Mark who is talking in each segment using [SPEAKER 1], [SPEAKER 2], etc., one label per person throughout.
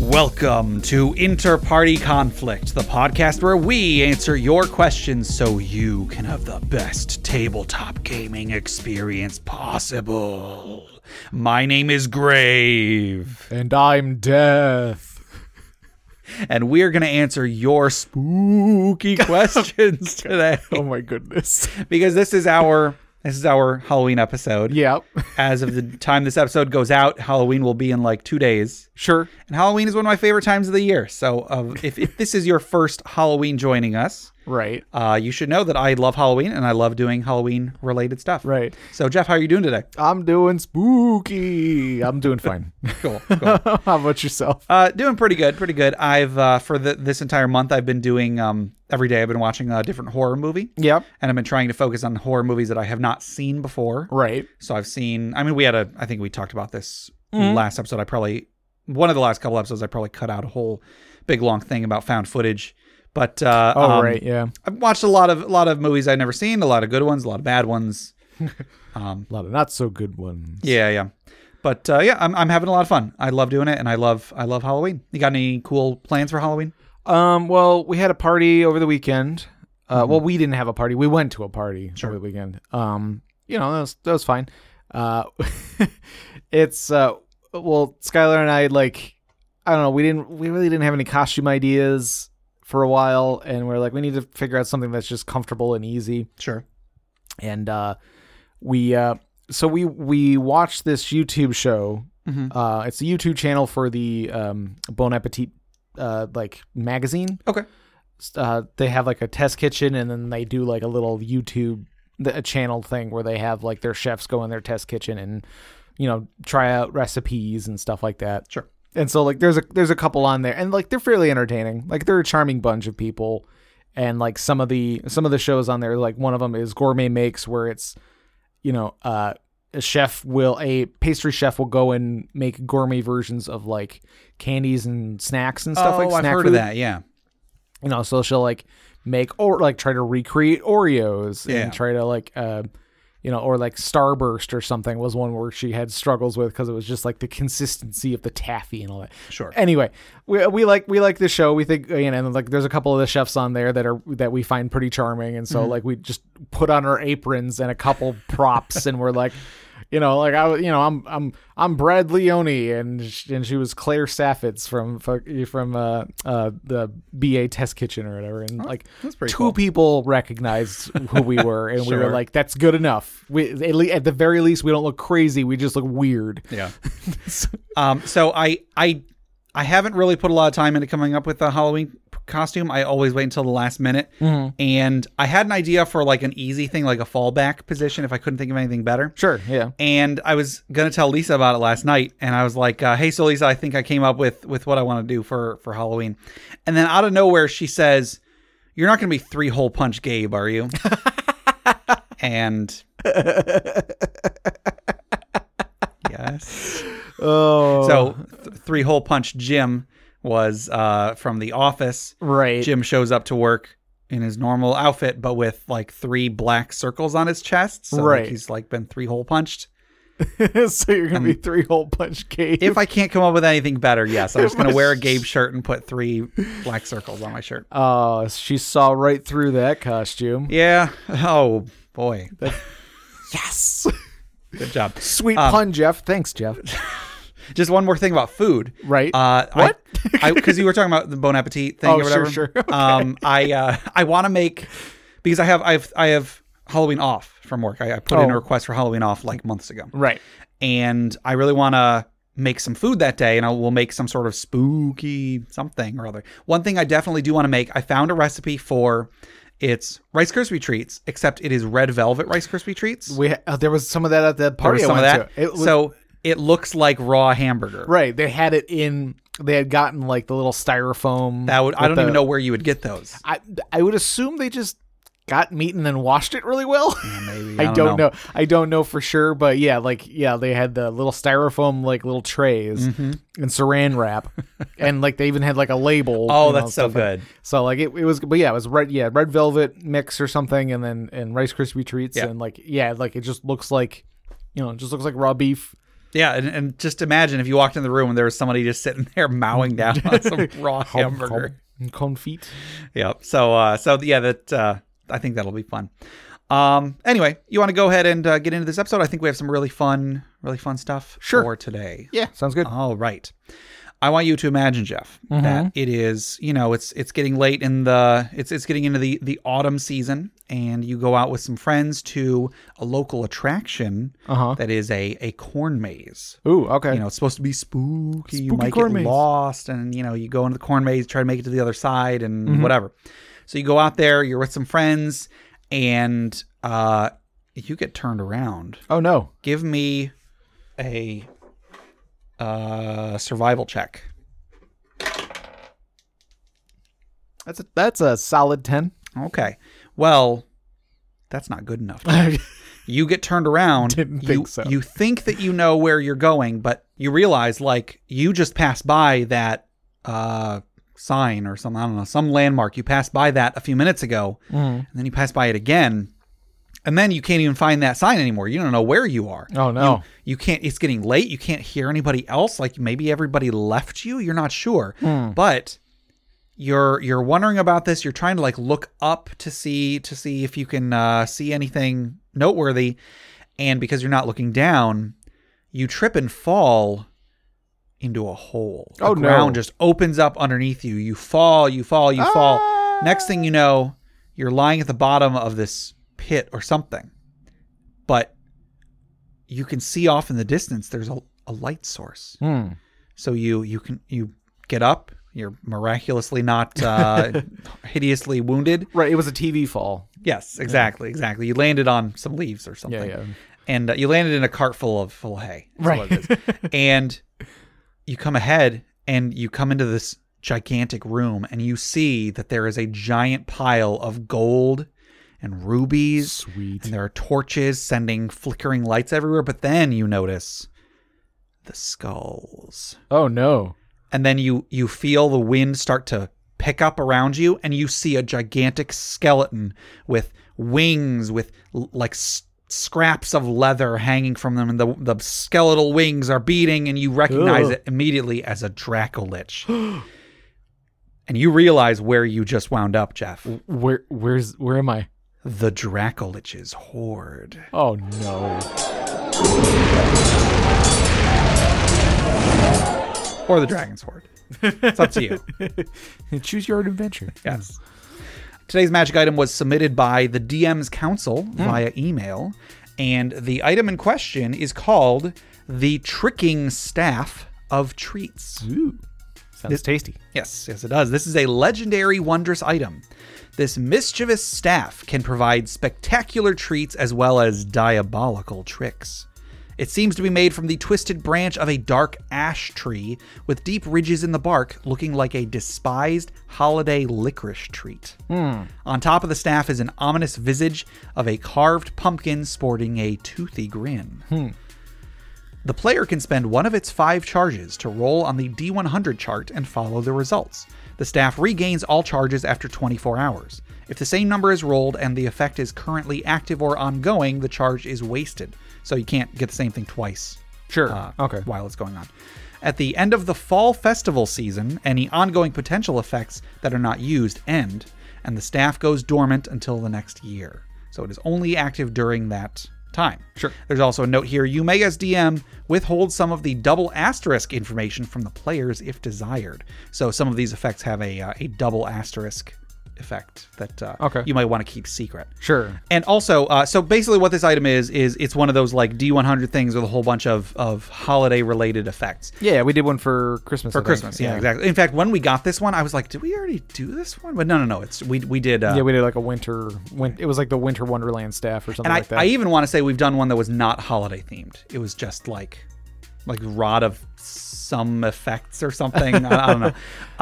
[SPEAKER 1] Welcome to Interparty Conflict, the podcast where we answer your questions so you can have the best tabletop gaming experience possible. My name is Grave,
[SPEAKER 2] And I'm death.
[SPEAKER 1] and we're going to answer your spooky questions today
[SPEAKER 2] Oh my goodness.
[SPEAKER 1] because this is our this is our Halloween episode.
[SPEAKER 2] Yep.
[SPEAKER 1] As of the time this episode goes out, Halloween will be in like 2 days.
[SPEAKER 2] Sure.
[SPEAKER 1] And Halloween is one of my favorite times of the year. So uh, if, if this is your first Halloween joining us,
[SPEAKER 2] Right.
[SPEAKER 1] uh, you should know that I love Halloween and I love doing Halloween related stuff.
[SPEAKER 2] Right.
[SPEAKER 1] So, Jeff, how are you doing today?
[SPEAKER 2] I'm doing spooky. I'm doing fine.
[SPEAKER 1] Cool. cool.
[SPEAKER 2] How about yourself?
[SPEAKER 1] uh, doing pretty good. Pretty good. I've, uh, for the, this entire month, I've been doing, um, every day, I've been watching a different horror movie.
[SPEAKER 2] Yep.
[SPEAKER 1] And I've been trying to focus on horror movies that I have not seen before.
[SPEAKER 2] Right.
[SPEAKER 1] So I've seen. I mean, we had a. I think we talked about this last episode. I probably one of the last couple episodes. I probably cut out a whole big long thing about found footage. But uh,
[SPEAKER 2] Oh
[SPEAKER 1] um,
[SPEAKER 2] right. Yeah.
[SPEAKER 1] I've watched a lot of a lot of movies I've never seen. A lot of good ones. A lot of bad ones. Um,
[SPEAKER 2] A lot of not so good ones.
[SPEAKER 1] Yeah, yeah. But uh, yeah, I'm I'm having a lot of fun. I love doing it, and I love I love Halloween. You got any cool plans for Halloween?
[SPEAKER 2] Um. Well, we had a party over the weekend. Uh. Well, we didn't have a party. We went to a party over the weekend. Um. You know that was that was fine. Uh. it's uh. Well, Skylar and I like. I don't know. We didn't. We really didn't have any costume ideas for a while, and we are like, we need to figure out something that's just comfortable and easy.
[SPEAKER 1] Sure.
[SPEAKER 2] and uh, we uh, so we we watched this YouTube show.
[SPEAKER 1] Mm-hmm.
[SPEAKER 2] Uh, it's a YouTube channel for the um, Bon Appetit uh, like magazine.
[SPEAKER 1] Okay.
[SPEAKER 2] Uh, they have like a test kitchen, and then they do like a little YouTube the, a channel thing where they have like their chefs go in their test kitchen and you know try out recipes and stuff like that.
[SPEAKER 1] Sure.
[SPEAKER 2] And so like there's a there's a couple on there and like they're fairly entertaining. Like they're a charming bunch of people and like some of the some of the shows on there like one of them is Gourmet Makes where it's you know uh a chef will a pastry chef will go and make gourmet versions of like candies and snacks and stuff
[SPEAKER 1] oh,
[SPEAKER 2] like
[SPEAKER 1] I've
[SPEAKER 2] snack
[SPEAKER 1] heard of
[SPEAKER 2] food
[SPEAKER 1] that. Yeah.
[SPEAKER 2] you know so she'll like make or like try to recreate oreos
[SPEAKER 1] Yeah.
[SPEAKER 2] and try to like uh you know or like starburst or something was one where she had struggles with because it was just like the consistency of the taffy and all that
[SPEAKER 1] Sure.
[SPEAKER 2] anyway we, we like we like the show we think you know like there's a couple of the chefs on there that are that we find pretty charming and
[SPEAKER 1] Mm-hmm.
[SPEAKER 2] so like we just put on our aprons and a couple props and we're like you know like i w- you know i'm i'm i'm brad leone and sh- and she was claire saffitz from fu- from uh uh the ba test kitchen or whatever and like
[SPEAKER 1] Oh, that's pretty
[SPEAKER 2] two
[SPEAKER 1] cool.
[SPEAKER 2] people recognized who we were and we
[SPEAKER 1] Sure.
[SPEAKER 2] were like that's good enough we at, le- at the very least we don't look crazy we just look weird
[SPEAKER 1] Yeah. um, so I I I haven't really put a lot of time into coming up with a Halloween p- costume. I always wait until the last minute. And I had an idea for like an easy thing, like a fallback position, if I couldn't think of anything better.
[SPEAKER 2] sure yeah
[SPEAKER 1] And I was gonna tell Lisa about it last night, and I was like, uh, "Hey, so Lisa, I think I came up with with what I want to do for for Halloween." And then out of nowhere, she says, "You're not gonna be three hole punch Gabe, are you?" and yes.
[SPEAKER 2] oh
[SPEAKER 1] So th- three hole punch Jim was uh, from the office.
[SPEAKER 2] right
[SPEAKER 1] Jim shows up to work in his normal outfit, but with like three black circles on his chest. So like,
[SPEAKER 2] Right.
[SPEAKER 1] he's like been three hole punched.
[SPEAKER 2] so you're gonna be three hole punch Gabe.
[SPEAKER 1] If I can't come up with anything better, yes, I'm just gonna wear a Gabe shirt and put three black circles on my shirt.
[SPEAKER 2] Oh, she saw right through that costume.
[SPEAKER 1] Yeah. Oh boy.
[SPEAKER 2] Yes. Um,
[SPEAKER 1] Good job.
[SPEAKER 2] Sweet pun, Jeff. Thanks, Jeff.
[SPEAKER 1] Just one more thing about food.
[SPEAKER 2] Right.
[SPEAKER 1] Uh,
[SPEAKER 2] What?
[SPEAKER 1] I Because you were talking about the Bon Appetit thing
[SPEAKER 2] Oh,
[SPEAKER 1] or whatever.
[SPEAKER 2] sure, sure. Okay.
[SPEAKER 1] Um, I uh, I want to make because I have I've I have Halloween off from work. I, I put in
[SPEAKER 2] Oh.
[SPEAKER 1] a request for Halloween off like months ago,
[SPEAKER 2] right.
[SPEAKER 1] and I really want to make some food that day, and I will make some sort of spooky something or other. One thing I definitely do want to make. I found a recipe for. It's Rice Krispie treats, except it is red velvet Rice Krispie treats.
[SPEAKER 2] We ha- oh, there was some of that at the
[SPEAKER 1] There
[SPEAKER 2] party.
[SPEAKER 1] was some
[SPEAKER 2] I
[SPEAKER 1] of
[SPEAKER 2] went
[SPEAKER 1] that.
[SPEAKER 2] to. It was,
[SPEAKER 1] so it looks like raw hamburger.
[SPEAKER 2] right, they had it in. They had gotten like the little styrofoam.
[SPEAKER 1] That would I
[SPEAKER 2] with
[SPEAKER 1] don't
[SPEAKER 2] the-
[SPEAKER 1] even know where you would get those.
[SPEAKER 2] I I would assume they just got meat and then washed it really well.
[SPEAKER 1] Maybe
[SPEAKER 2] I don't, know. I don't know for sure, but yeah, like yeah, they had the little styrofoam like little trays and saran wrap, and like they even had like a label.
[SPEAKER 1] Oh,
[SPEAKER 2] you know,
[SPEAKER 1] that's so
[SPEAKER 2] stuff like-
[SPEAKER 1] good.
[SPEAKER 2] So like it, it was, but yeah, it was red, yeah, red velvet mix or something, and then and Rice Krispie treats,
[SPEAKER 1] Yeah.
[SPEAKER 2] and like yeah, like it just looks like, you know, it just looks like raw beef
[SPEAKER 1] Yeah, and, and just imagine if you walked in the room and there was somebody just sitting there mowing down on some raw hamburger.
[SPEAKER 2] Confit.
[SPEAKER 1] Yep. So uh so yeah, that uh I think that'll be fun. Um anyway, you want to go ahead and uh, get into this episode? I think we have some really fun really fun stuff
[SPEAKER 2] Sure.
[SPEAKER 1] for today.
[SPEAKER 2] Yeah, sounds good.
[SPEAKER 1] All right. I want you to imagine, Jeff,
[SPEAKER 2] Mm-hmm.
[SPEAKER 1] that it is, you know, it's it's getting late in the it's it's getting into the the autumn season and you go out with some friends to a local attraction
[SPEAKER 2] Uh-huh.
[SPEAKER 1] that is a a corn maze
[SPEAKER 2] Ooh, okay.
[SPEAKER 1] you know, it's supposed to be spooky. you
[SPEAKER 2] Spooky
[SPEAKER 1] might get
[SPEAKER 2] corn maze.
[SPEAKER 1] lost, and you know, you go into the corn maze, try to make it to the other side, and
[SPEAKER 2] Mm-hmm.
[SPEAKER 1] whatever. So you go out there, you're with some friends, and uh, you get turned around.
[SPEAKER 2] oh no.
[SPEAKER 1] Give me a uh, survival check.
[SPEAKER 2] That's a that's a solid ten.
[SPEAKER 1] Okay, well, that's not good enough.
[SPEAKER 2] oh
[SPEAKER 1] You get turned around.
[SPEAKER 2] Didn't
[SPEAKER 1] you,
[SPEAKER 2] think so.
[SPEAKER 1] You think that you know where you're going, but you realize like you just passed by that uh, sign or some I don't know some landmark. You passed by that a few minutes ago, and then you pass by it again, and then you can't even find that sign anymore. You don't know where you are.
[SPEAKER 2] Oh, no.
[SPEAKER 1] You can't. It's getting late. You can't hear anybody else. Like maybe everybody left you. You're not sure,
[SPEAKER 2] Hmm.
[SPEAKER 1] but you're you're wondering about this. You're trying to like look up to see to see if you can uh, see anything noteworthy, and because you're not looking down, you trip and fall into a hole. The
[SPEAKER 2] Oh, no.
[SPEAKER 1] ground just opens up underneath you. You fall. You fall. You
[SPEAKER 2] Ah!
[SPEAKER 1] fall. Next thing you know, you're lying at the bottom of this pit or something, but you can see off in the distance there's a, a light source.
[SPEAKER 2] Hmm.
[SPEAKER 1] So you you can you get up. You're miraculously not uh, hideously wounded.
[SPEAKER 2] Right, it was a TV fall.
[SPEAKER 1] Yes, exactly, exactly. You landed on some leaves or
[SPEAKER 2] Yeah,
[SPEAKER 1] something,
[SPEAKER 2] yeah.
[SPEAKER 1] and uh, you landed in a cart full of full of hay. is what it is.
[SPEAKER 2] That's what it is.
[SPEAKER 1] and you come ahead, and you come into this gigantic room, and you see that there is a giant pile of gold and rubies
[SPEAKER 2] Sweet.
[SPEAKER 1] and there are torches sending flickering lights everywhere. But then you notice the skulls,
[SPEAKER 2] Oh no.
[SPEAKER 1] and then you you feel the wind start to pick up around you, and you see a gigantic skeleton with wings, with l- like s- scraps of leather hanging from them, and the the skeletal wings are beating, and you recognize
[SPEAKER 2] Ugh.
[SPEAKER 1] it immediately as a dracolich. And you realize where you just wound up, Jeff.
[SPEAKER 2] Where where's where am I?
[SPEAKER 1] The Dracolich's horde.
[SPEAKER 2] Oh no.
[SPEAKER 1] Or the Dragon's horde. It's up to you.
[SPEAKER 2] Choose your own adventure.
[SPEAKER 1] Yes. Today's magic item was submitted by the DM's Council via email, and the item in question is called the Tricking Staff of Treats.
[SPEAKER 2] Ooh. Sounds tasty.
[SPEAKER 1] Yes, yes, it does. This is a legendary, wondrous item. This mischievous staff can provide spectacular treats as well as diabolical tricks. It seems to be made from the twisted branch of a dark ash tree with deep ridges in the bark, looking like a despised holiday licorice treat. On top of the staff is an ominous visage of a carved pumpkin sporting a toothy grin.
[SPEAKER 2] Hmm.
[SPEAKER 1] The player can spend one of its five charges to roll on the D100 chart and follow the results. The staff regains all charges after 24 hours. If the same number is rolled and the effect is currently active or ongoing, the charge is wasted. So you can't get the same thing twice.
[SPEAKER 2] Sure.
[SPEAKER 1] uh,
[SPEAKER 2] Okay.
[SPEAKER 1] While it's going on. At the end of the fall festival season, any ongoing potential effects that are not used end, and the staff goes dormant until the next year. So it is only active during that time.
[SPEAKER 2] Sure.
[SPEAKER 1] There's also a note here you may, as DM, withhold some of the double asterisk information from the players if desired. So some of these effects have a, uh, a double asterisk effect that uh,
[SPEAKER 2] Okay.
[SPEAKER 1] you might want to keep secret.
[SPEAKER 2] Sure.
[SPEAKER 1] And also, uh, so basically, what this item is is it's one of those like D100 things with a whole bunch of of holiday related effects
[SPEAKER 2] Yeah, we did one for Christmas.
[SPEAKER 1] for Christmas. Yeah, exactly. In fact, when we got this one, I was like, "Did we already do this one?" But no, no, no. It's we we did. Uh,
[SPEAKER 2] Yeah, we did like a winter. Win- it was like the Winter Wonderland staff or something
[SPEAKER 1] and I,
[SPEAKER 2] like that.
[SPEAKER 1] I even want to say we've done one that was not holiday themed. It was just like like rod of some effects or something. I, I don't know.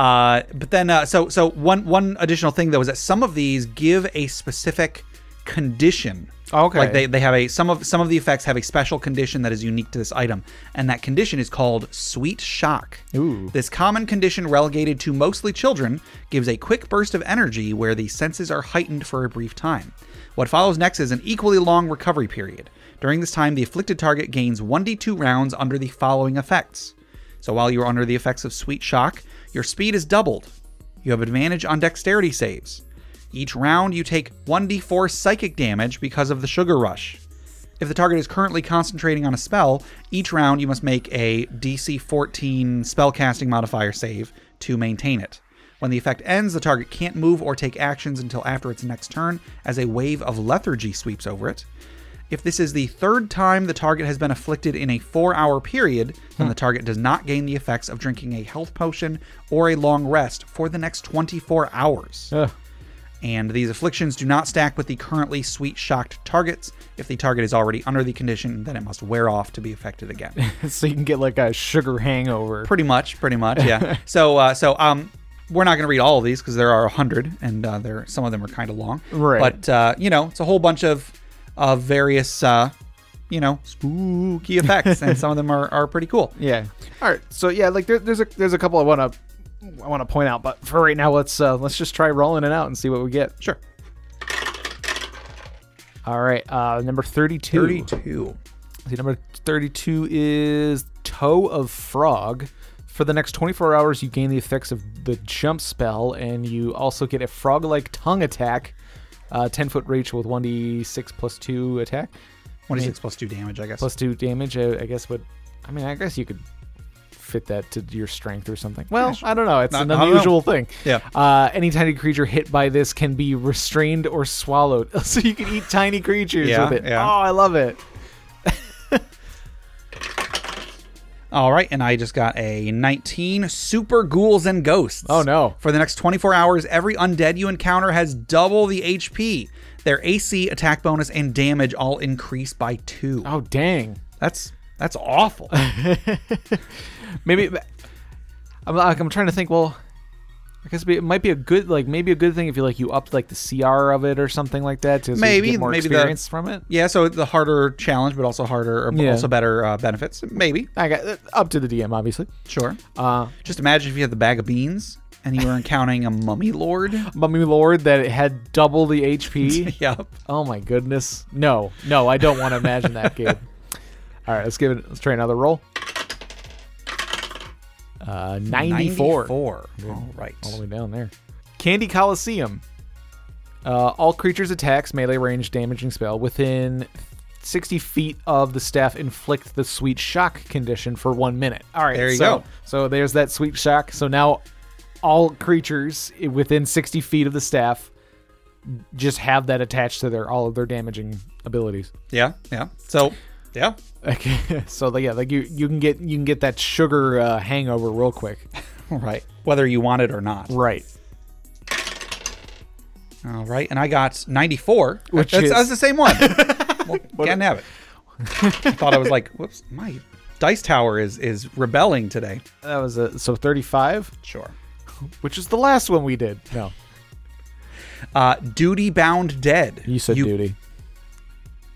[SPEAKER 1] Uh, but then uh, so so one one additional thing though is that some of these give a specific condition.
[SPEAKER 2] Oh, okay.
[SPEAKER 1] Like they, they have a some of some of the effects have a special condition that is unique to this item, and that condition is called sweet shock.
[SPEAKER 2] Ooh.
[SPEAKER 1] This common condition, relegated to mostly children, gives a quick burst of energy where the senses are heightened for a brief time. What follows next is an equally long recovery period. During this time, the afflicted target gains 1d2 rounds under the following effects. So while you're under the effects of Sweet Shock, your speed is doubled. You have advantage on dexterity saves. Each round, you take 1d4 psychic damage because of the sugar rush. If the target is currently concentrating on a spell, each round you must make a DC 14 spellcasting modifier save to maintain it. When the effect ends, the target can't move or take actions until after its next turn as a wave of lethargy sweeps over it. If this is the third time the target has been afflicted in a four hour period, then the target does not gain the effects of drinking a health potion or a long rest for the next 24 hours
[SPEAKER 2] Ugh.
[SPEAKER 1] and these afflictions do not stack with the currently sweet shocked targets. If the target is already under the condition, then it must wear off to be affected again.
[SPEAKER 2] so you can get like a sugar hangover.
[SPEAKER 1] pretty much, pretty much, yeah. so, uh, so um, we're not going to read all of these because there are a hundred, and uh, there some of them are kind of long.
[SPEAKER 2] Right.
[SPEAKER 1] But uh, you know, it's a whole bunch of of various uh, you know spooky effects, and some of them are are pretty cool.
[SPEAKER 2] Yeah. All right. So yeah, like there, there's a there's a couple I want to I want to point out, but for right now, let's uh let's just try rolling it out and see what we get.
[SPEAKER 1] Sure.
[SPEAKER 2] All right. Uh, number thirty-two.
[SPEAKER 1] Thirty-two.
[SPEAKER 2] See, number 32 is Toe of Frog. For the next 24 hours, you gain the effects of the jump spell, and you also get a frog like tongue attack, uh, 10 foot reach with 1d6 plus 2 attack,
[SPEAKER 1] Twenty-six plus two damage, I guess.
[SPEAKER 2] plus 2 damage. I, I guess would. I mean, I guess you could fit that to your strength or something. Well, I don't know. It's
[SPEAKER 1] I-
[SPEAKER 2] an
[SPEAKER 1] I don't know.
[SPEAKER 2] unusual thing.
[SPEAKER 1] Yeah.
[SPEAKER 2] Uh, any tiny creature hit by this can be restrained or swallowed. so you can eat tiny creatures
[SPEAKER 1] Yeah,
[SPEAKER 2] with it.
[SPEAKER 1] yeah.
[SPEAKER 2] Oh, I love it.
[SPEAKER 1] All right, and I just got a 19 super ghouls and ghosts.
[SPEAKER 2] Oh, no.
[SPEAKER 1] For the next 24 hours, every undead you encounter has double the HP. Their AC, attack bonus, and damage all increase by 2.
[SPEAKER 2] Oh, dang.
[SPEAKER 1] That's that's awful.
[SPEAKER 2] maybe I'm like I'm trying to think. Well, I guess it might be a good like maybe a good thing if you like you upped like the CR of it or something like that to so you can
[SPEAKER 1] Maybe,
[SPEAKER 2] get more
[SPEAKER 1] maybe the-
[SPEAKER 2] experience from it.
[SPEAKER 1] yeah, so the harder challenge but also harder or
[SPEAKER 2] Yeah.
[SPEAKER 1] also better uh, benefits. Maybe.
[SPEAKER 2] I got uh, up to the DM obviously.
[SPEAKER 1] Sure.
[SPEAKER 2] Uh,
[SPEAKER 1] Just imagine if you had the bag of beans and you were encountering a mummy lord.
[SPEAKER 2] Mummy Lord that it had double the HP.
[SPEAKER 1] yep.
[SPEAKER 2] oh my goodness! No, no, I don't want to imagine that, Gabe. All right, let's give it. Let's try another roll. Uh, 94.
[SPEAKER 1] 94. All right.
[SPEAKER 2] all the way down there. Candy Coliseum. Uh, all creatures' attacks, melee range, damaging spell within 60 feet of the staff inflict the sweet shock condition for one minute. All right,
[SPEAKER 1] There you
[SPEAKER 2] so,
[SPEAKER 1] go.
[SPEAKER 2] So there's that sweet shock. So now all creatures i- within 60 feet of the staff just have that attached to their all of their damaging abilities.
[SPEAKER 1] Yeah, yeah. So, yeah.
[SPEAKER 2] Okay, so like, yeah, like you you can get you can get that sugar uh, hangover real quick.
[SPEAKER 1] Right. Whether you want it or not.
[SPEAKER 2] Right.
[SPEAKER 1] All right, and I got 94,
[SPEAKER 2] Which
[SPEAKER 1] that's,
[SPEAKER 2] is-
[SPEAKER 1] that's the same one. well, can't have it. I thought I was like, whoops, my dice tower is is rebelling today.
[SPEAKER 2] That was a so 35.
[SPEAKER 1] Sure.
[SPEAKER 2] which is the last one we did. No,
[SPEAKER 1] Uh, duty bound dead.
[SPEAKER 2] you said duty.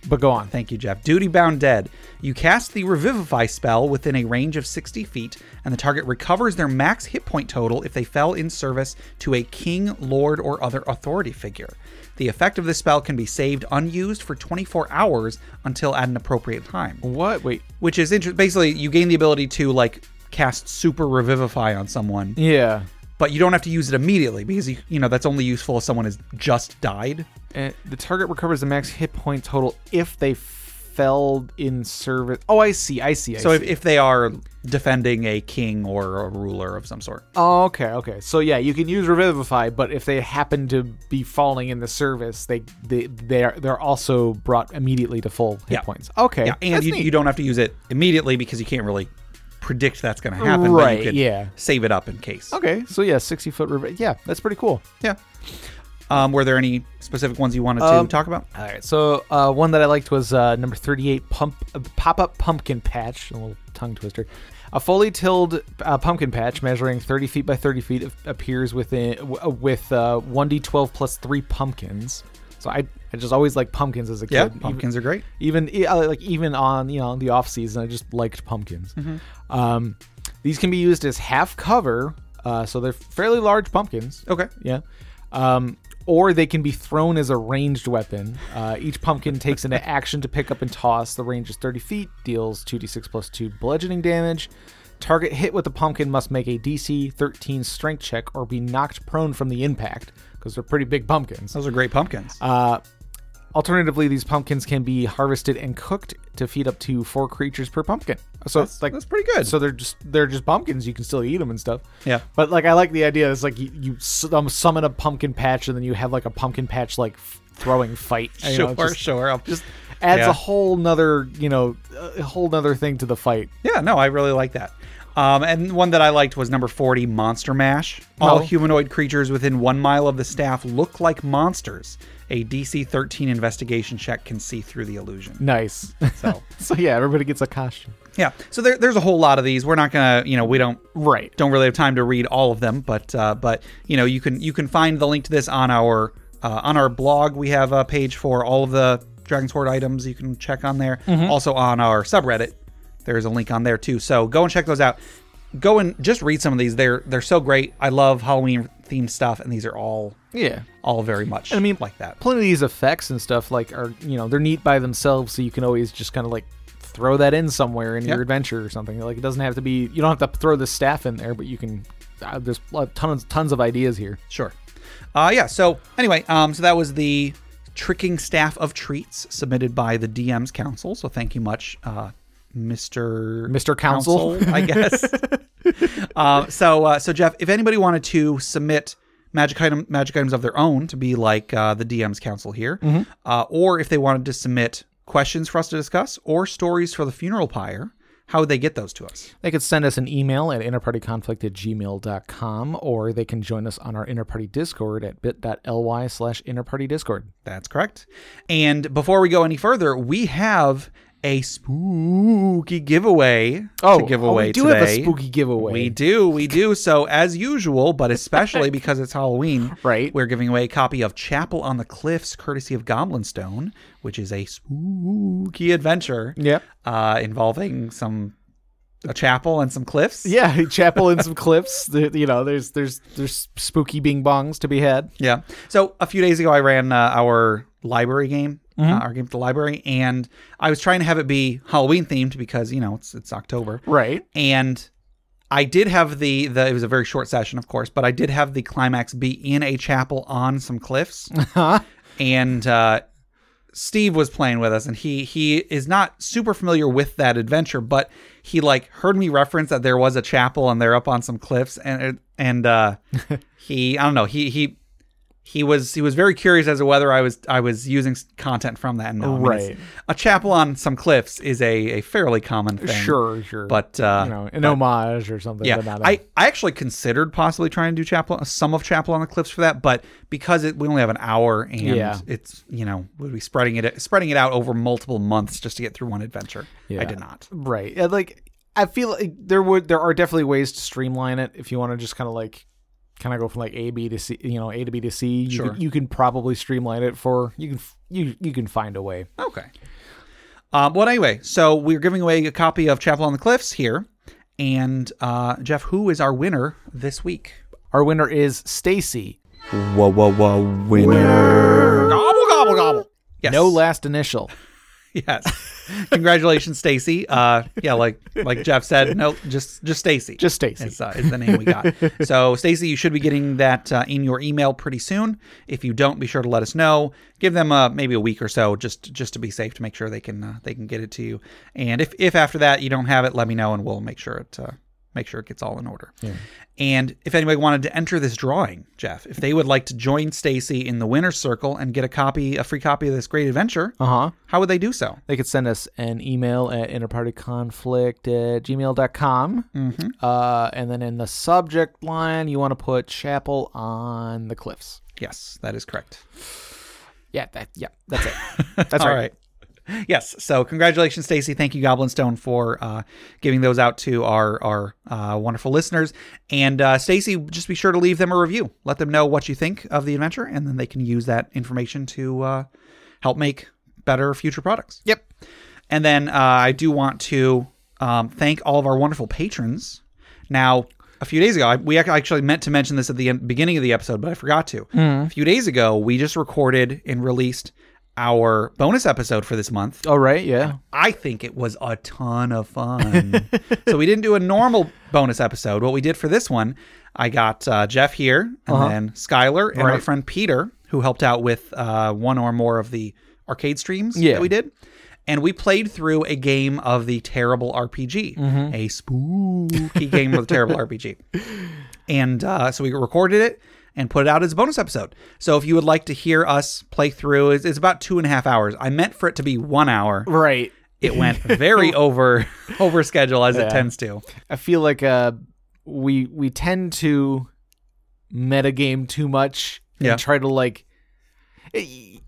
[SPEAKER 2] But go on.
[SPEAKER 1] Thank you, Jeff. Duty bound dead. You cast the revivify spell within a range of 60 feet, and the target recovers their max hit point total if they fell in service to a king, lord, or other authority figure. The effect of this spell can be saved unused for 24 hours until at an appropriate time.
[SPEAKER 2] What? Wait.
[SPEAKER 1] which is interesting. Basically, you gain the ability to like cast super revivify on someone,
[SPEAKER 2] Yeah.
[SPEAKER 1] but you don't have to use it immediately because you, you know that's only useful if someone has just died.
[SPEAKER 2] And the target recovers the max hit point total if they fell in service. Oh, I see. I see. I
[SPEAKER 1] So
[SPEAKER 2] see.
[SPEAKER 1] if, if they are defending a king or a ruler of some sort,
[SPEAKER 2] oh, okay. Okay. So yeah, you can use revivify, but if they happen to be falling in the service, they they they are they're also brought immediately to full hit
[SPEAKER 1] Yeah.
[SPEAKER 2] points. Okay.
[SPEAKER 1] yeah, and
[SPEAKER 2] that's
[SPEAKER 1] you,
[SPEAKER 2] neat.
[SPEAKER 1] you don't have to use it immediately because you can't really predict that's going to happen. but
[SPEAKER 2] Right,
[SPEAKER 1] you could
[SPEAKER 2] yeah.
[SPEAKER 1] Save it up in case.
[SPEAKER 2] Okay. So yeah, sixty foot reviv. Yeah, that's pretty cool.
[SPEAKER 1] Yeah. Um, were there any specific ones you wanted to
[SPEAKER 2] Um,
[SPEAKER 1] talk about?
[SPEAKER 2] All right. So uh, one that I liked was uh, number thirty-eight, pump uh, pop-up pumpkin patch. A little tongue twister. A fully tilled uh, pumpkin patch measuring thirty feet by thirty feet ap- appears within w- uh, with one d twelve plus three pumpkins. So I, I just always liked pumpkins as a kid.
[SPEAKER 1] Yeah,
[SPEAKER 2] Even-
[SPEAKER 1] pumpkins are great.
[SPEAKER 2] even e- uh, like even on you know the off season i just liked pumpkins
[SPEAKER 1] Mm-hmm.
[SPEAKER 2] um, these can be used as half cover uh, so they're fairly large pumpkins
[SPEAKER 1] Okay.
[SPEAKER 2] yeah Um, or they can be thrown as a ranged weapon. Uh, each pumpkin takes an action to pick up and toss. The range is 30 feet, deals 2d6 plus 2 bludgeoning damage. Target hit with the pumpkin must make a DC 13 strength check or be knocked prone from the impact because they're pretty big pumpkins.
[SPEAKER 1] Those are great pumpkins.
[SPEAKER 2] Uh, Alternatively, these pumpkins can be harvested and cooked to feed up to four creatures per pumpkin. So it's like
[SPEAKER 1] That's pretty good.
[SPEAKER 2] so they're just they're just pumpkins. You can still eat them and stuff.
[SPEAKER 1] Yeah.
[SPEAKER 2] But like I like the idea. It's like you, you s- um, summon a pumpkin patch and then you have like a pumpkin patch like f- throwing fight. You know,
[SPEAKER 1] sure,
[SPEAKER 2] it just
[SPEAKER 1] sure. I'll just
[SPEAKER 2] adds
[SPEAKER 1] Yeah.
[SPEAKER 2] a whole nother you know a whole nother thing to the fight.
[SPEAKER 1] Yeah, no, I really like that. Um, and one that I liked was number 40, Monster Mash. All
[SPEAKER 2] Oh.
[SPEAKER 1] humanoid creatures within one mile of the staff look like monsters. A DC 13 investigation check can see through the illusion.
[SPEAKER 2] Nice.
[SPEAKER 1] So,
[SPEAKER 2] so yeah, everybody gets a costume.
[SPEAKER 1] yeah. So there, there's a whole lot of these. We're not going to, you know, we don't
[SPEAKER 2] Right.
[SPEAKER 1] don't really have time to read all of them, but uh, but you know, you can you can find the link to this on our uh, on our blog. We have a page for all of the Dragon's Horde items. You can check on there.
[SPEAKER 2] Mm-hmm.
[SPEAKER 1] Also on our subreddit, there's a link on there too. So go and check those out. Go and just read some of these. They're they're so great. I love Halloween themed stuff, and these are all
[SPEAKER 2] Yeah.
[SPEAKER 1] all very much.
[SPEAKER 2] I mean,
[SPEAKER 1] like that.
[SPEAKER 2] Plenty of these effects and stuff like are you know they're neat by themselves, so you can always just kind of like throw that in somewhere in your adventure or something. Like it doesn't have to be you don't have to throw the staff in there, but you can. Uh, there's uh, tons tons of ideas here.
[SPEAKER 1] Sure. Uh, yeah. So anyway, um, so that was the tricking staff of treats submitted by the DM's council. So thank you much, uh, Mister
[SPEAKER 2] Mr. Council.
[SPEAKER 1] I guess. uh, so uh, so Jeff, if anybody wanted to submit magic item magic items of their own to be like uh, the DM's council here, uh, or if they wanted to submit questions for us to discuss or stories for the funeral pyre, how would they get those to us?
[SPEAKER 2] They could send us an email at interpartyconflict at gmail.com or they can join us on our interparty discord at bit.ly slash interparty discord.
[SPEAKER 1] That's correct. And before we go any further, we have a spooky giveaway to give away
[SPEAKER 2] Oh, we do
[SPEAKER 1] today.
[SPEAKER 2] have a spooky giveaway.
[SPEAKER 1] We do, we do. So as usual, but especially because it's Halloween,
[SPEAKER 2] Right.
[SPEAKER 1] We're giving away a copy of Chapel on the Cliffs, courtesy of Goblinstone, which is a spooky adventure
[SPEAKER 2] Yep.
[SPEAKER 1] uh, involving some a chapel and some cliffs.
[SPEAKER 2] Yeah, chapel and some clips. The- You know, there's there's there's spooky bing bongs to be had.
[SPEAKER 1] Yeah. So a few days ago, I ran uh, our library game, uh, our game at the library, and I was trying to have it be Halloween themed because you know it's it's October,
[SPEAKER 2] Right.
[SPEAKER 1] and I did have the the it was a very short session, of course, but I did have the climax be in a chapel on some cliffs, and uh, Steve was playing with us, and he he is not super familiar with that adventure, but he like heard me reference that there was a chapel and they're up on some cliffs, and and uh, he I don't know he he he was he was very curious as to whether I was I was using s- content from that. And no, I mean, it's-
[SPEAKER 2] Right.
[SPEAKER 1] a chapel on some cliffs is a a fairly common thing.
[SPEAKER 2] Sure, sure.
[SPEAKER 1] but uh,
[SPEAKER 2] you know, an homage or something. uh,
[SPEAKER 1] yeah,
[SPEAKER 2] but not a-
[SPEAKER 1] I, I actually considered possibly trying to do Chapel, some of Chapel on the Cliffs for that, but because it, we only have an hour and
[SPEAKER 2] Yeah.
[SPEAKER 1] it's you know we'd be spreading it spreading it out over multiple months just to get through one adventure. I
[SPEAKER 2] Yeah.
[SPEAKER 1] did not.
[SPEAKER 2] right. Yeah, Like I feel like there would there are definitely ways to streamline it if you want to just kind of like kind of go from like A B to C, you know, A to B to C. You
[SPEAKER 1] Sure.
[SPEAKER 2] Can, you can probably streamline it for you can f- you you can find a way.
[SPEAKER 1] Okay. Um, well, anyway, so we're giving away a copy of Chapel on the Cliffs here, and uh, Jeff, who is our winner this week?
[SPEAKER 2] Our winner is Stacy.
[SPEAKER 3] Whoa, whoa, whoa, winner.
[SPEAKER 1] Gobble gobble gobble. Yes.
[SPEAKER 2] No last initial.
[SPEAKER 1] Yes. Congratulations, Stacy. Uh, yeah, like like Jeff said, no, just just Stacy.
[SPEAKER 2] Just Stacy.
[SPEAKER 1] is, uh, is the name we got. so, Stacey, you should be getting that uh, in your email pretty soon. If you don't, be sure to let us know. Give them uh, maybe a week or so, just just to be safe, to make sure they can uh, they can get it to you. And if if after that you don't have it, let me know, and we'll make sure it uh, make sure it gets all in order. And if anybody wanted to enter this drawing, Jeff, if they would like to join Stacy in the winner's circle and get a copy, a free copy of this great adventure,
[SPEAKER 2] Uh huh.
[SPEAKER 1] how would they do so?
[SPEAKER 2] They could send us an email at interpartyconflict at gmail.com. Mm-hmm. Uh, and then in the subject line, you want to put chapel on the cliffs.
[SPEAKER 1] Yes, that is correct.
[SPEAKER 2] Yeah, that, yeah, that's it. That's
[SPEAKER 1] All right. Yes. So congratulations, Stacy. Thank you, Goblinstone, for uh, giving those out to our our uh, wonderful listeners. And uh, Stacy, just be sure to leave them a review. Let them know what you think of the adventure, and then they can use that information to uh, help make better future products.
[SPEAKER 2] Yep.
[SPEAKER 1] And then uh, I do want to um, thank all of our wonderful patrons. Now, a few days ago. I, we ac- actually meant to mention this at the en- beginning of the episode, but I forgot to. A few days ago, we just recorded and released our bonus episode for this month.
[SPEAKER 2] All right, yeah.
[SPEAKER 1] I think it was a ton of fun. so we didn't do a normal bonus episode. What we did for this one, I got uh, Jeff here, and then Skylar, and my
[SPEAKER 2] Uh-huh. Right.
[SPEAKER 1] friend Peter, who helped out with uh, one or more of the arcade streams
[SPEAKER 2] Yeah.
[SPEAKER 1] that we did. And we played through a game of the terrible RPG,
[SPEAKER 2] Mm-hmm.
[SPEAKER 1] a spooky game of the terrible RPG. And uh, so we recorded it and put it out as a bonus episode. So if you would like to hear us play through, it's, it's about two and a half hours. I meant for it to be one hour
[SPEAKER 2] Right.
[SPEAKER 1] it went very over over schedule as it tends to.
[SPEAKER 2] I feel like uh we we tend to metagame too much and
[SPEAKER 1] Yeah.
[SPEAKER 2] try to like eh,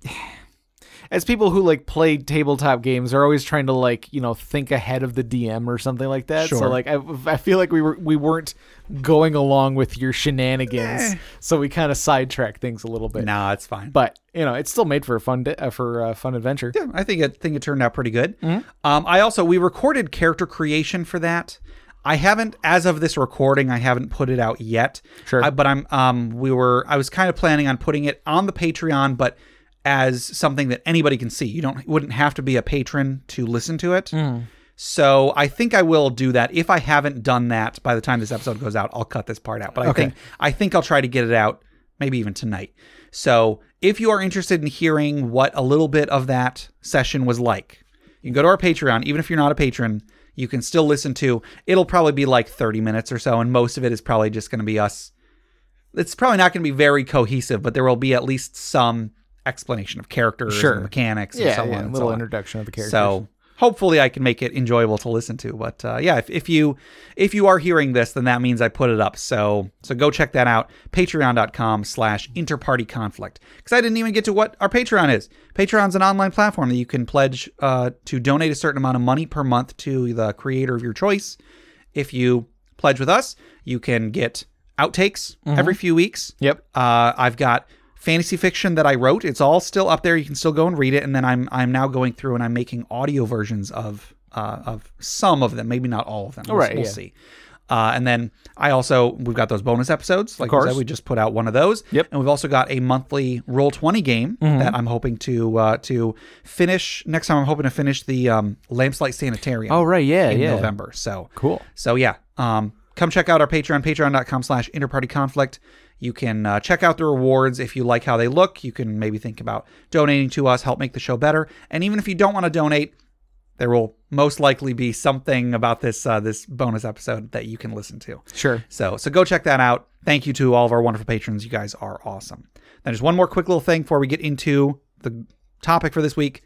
[SPEAKER 2] as people who like play tabletop games are always trying to like you know think ahead of the DM or something like that. So
[SPEAKER 1] Sure.
[SPEAKER 2] like I, I feel like we were we weren't going along with your shenanigans, so we kind of sidetrack things a little bit.
[SPEAKER 1] Eh. Nah, it's fine. But
[SPEAKER 2] But you know it's still made for a fun di- uh, for a fun adventure.
[SPEAKER 1] yeah, I think it think it turned out pretty good. Um, I also we recorded character creation for that. I haven't, as of this recording, I haven't put it out yet.
[SPEAKER 2] Sure.
[SPEAKER 1] I, but I'm um we were I was kind of planning on putting it on the Patreon, but as something that anybody can see. You don't wouldn't have to be a patron to listen to it. So I think I will do that. If I haven't done that by the time this episode goes out, I'll cut this part out. But I think I think I'll try to get it out maybe even tonight. So if you are interested in hearing what a little bit of that session was like, you can go to our Patreon. Even if you're not a patron, you can still listen to. It'll probably be like 30 minutes or so, and most of it is probably just going to be us. It's probably not going to be very cohesive, but there will be at least some explanation of characters
[SPEAKER 2] Sure.
[SPEAKER 1] and mechanics and so on.
[SPEAKER 2] a
[SPEAKER 1] and so
[SPEAKER 2] little
[SPEAKER 1] on.
[SPEAKER 2] introduction of the characters.
[SPEAKER 1] So hopefully I can make it enjoyable to listen to. But uh, yeah, if, if you if you are hearing this, then that means I put it up. So so go check that out. Patreon.com slash interparty conflict. Because I didn't even get to what our Patreon is. Patreon's an online platform that you can pledge uh, to donate a certain amount of money per month to the creator of your choice. If you pledge with us, you can get outtakes every few weeks.
[SPEAKER 2] Mm-hmm. Yep.
[SPEAKER 1] Uh, I've got fantasy fiction that I wrote. It's all still up there. You can still go and read it. And then I'm I'm now going through and I'm making audio versions of uh, of some of them, maybe not all of them. We'll,
[SPEAKER 2] Right,
[SPEAKER 1] we'll
[SPEAKER 2] yeah.
[SPEAKER 1] see. Uh, and then I also we've got those bonus episodes. Like I
[SPEAKER 2] course.
[SPEAKER 1] said, we just put out one of those.
[SPEAKER 2] Yep. Mm-hmm.
[SPEAKER 1] And we've also got a monthly roll twenty game that I'm hoping to uh, to finish next time. I'm hoping to finish the um, Lampslight Sanitarium.
[SPEAKER 2] Oh right, yeah,
[SPEAKER 1] in
[SPEAKER 2] yeah.
[SPEAKER 1] November. So
[SPEAKER 2] Cool.
[SPEAKER 1] so yeah, um, come check out our Patreon, patreon.com slash interpartyconflict. You can uh, check out the rewards if you like how they look. You can maybe think about donating to us, help make the show better. And even if you don't want to donate, there will most likely be something about this uh, this bonus episode that you can listen to.
[SPEAKER 2] Sure.
[SPEAKER 1] So so go check that out. Thank you to all of our wonderful patrons. You guys are awesome. Then just one more quick little thing before we get into the topic for this week.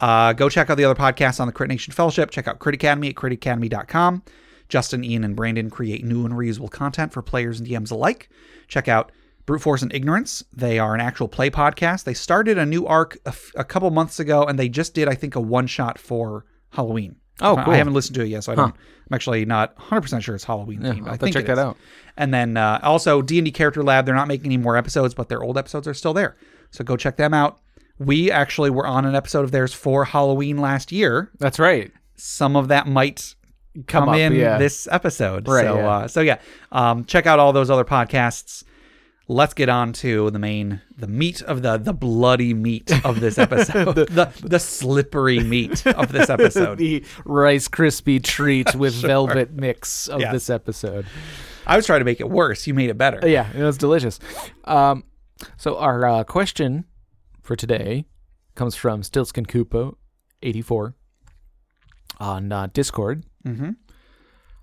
[SPEAKER 1] Uh, go check out the other podcasts on the Crit Nation Fellowship. Check out Crit Academy at critacademy.com. Justin, Ian, and Brandon create new and reusable content for players and DMs alike. Check out Brute Force and Ignorance. They are an actual play podcast. They started a new arc a, f- a couple months ago, and they just did, I think, a one shot for Halloween.
[SPEAKER 2] Oh,
[SPEAKER 1] I-
[SPEAKER 2] cool.
[SPEAKER 1] I haven't listened to it yet, so I don't. I'm actually not 100 percent sure it's Halloween themed.
[SPEAKER 2] I'll
[SPEAKER 1] I
[SPEAKER 2] have to
[SPEAKER 1] think
[SPEAKER 2] check
[SPEAKER 1] it
[SPEAKER 2] that
[SPEAKER 1] is.
[SPEAKER 2] out.
[SPEAKER 1] And then uh, also D and D Character Lab. They're not making any more episodes, but their old episodes are still there. So go check them out. We actually were on an episode of theirs for Halloween last year.
[SPEAKER 2] That's right.
[SPEAKER 1] Some of that might come,
[SPEAKER 2] up,
[SPEAKER 1] in
[SPEAKER 2] yeah.
[SPEAKER 1] this episode.
[SPEAKER 2] Right,
[SPEAKER 1] so
[SPEAKER 2] yeah.
[SPEAKER 1] Uh, so yeah, um, check out all those other podcasts. Let's get on to the main, the meat of the the bloody meat of this episode, the, the slippery meat of this episode.
[SPEAKER 2] the Rice Krispie treat with velvet mix of
[SPEAKER 1] Yeah.
[SPEAKER 2] this episode.
[SPEAKER 1] I was trying to make it worse. You made it better.
[SPEAKER 2] Uh, Yeah, it was delicious. Um, so our uh, question for today comes from Stiltskin Kupo, eighty four, on uh, Discord.
[SPEAKER 1] Mm-hmm.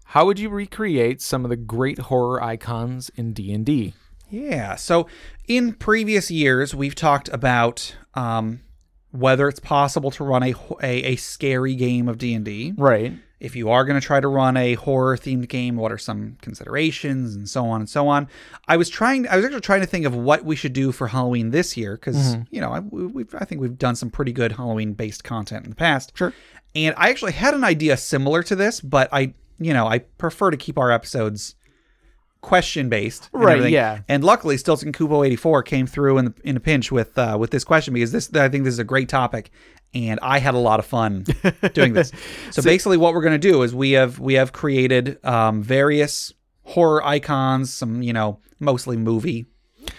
[SPEAKER 2] How would you recreate some of the great horror icons in D and D?
[SPEAKER 1] Yeah. So in previous years, we've talked about um, whether it's possible to run a ho- a, a scary game of D anD D.
[SPEAKER 2] Right.
[SPEAKER 1] If you are going to try to run a horror themed game, what are some considerations and so on and so on. I was trying. I was actually trying to think of what we should do for Halloween this year because you know I, we- we've, I think we've done some pretty good Halloween based content in the past.
[SPEAKER 2] Sure.
[SPEAKER 1] And I actually had an idea similar to this, but I you know I prefer to keep our episodes question based.
[SPEAKER 2] Right, yeah.
[SPEAKER 1] And luckily, Stilton Kubo eighty four came through in the, in a pinch with uh, with this question because this I think this is a great topic, and I had a lot of fun doing this. So, basically, what we're going to do is we have we have created um, various horror icons, some, you know, mostly movie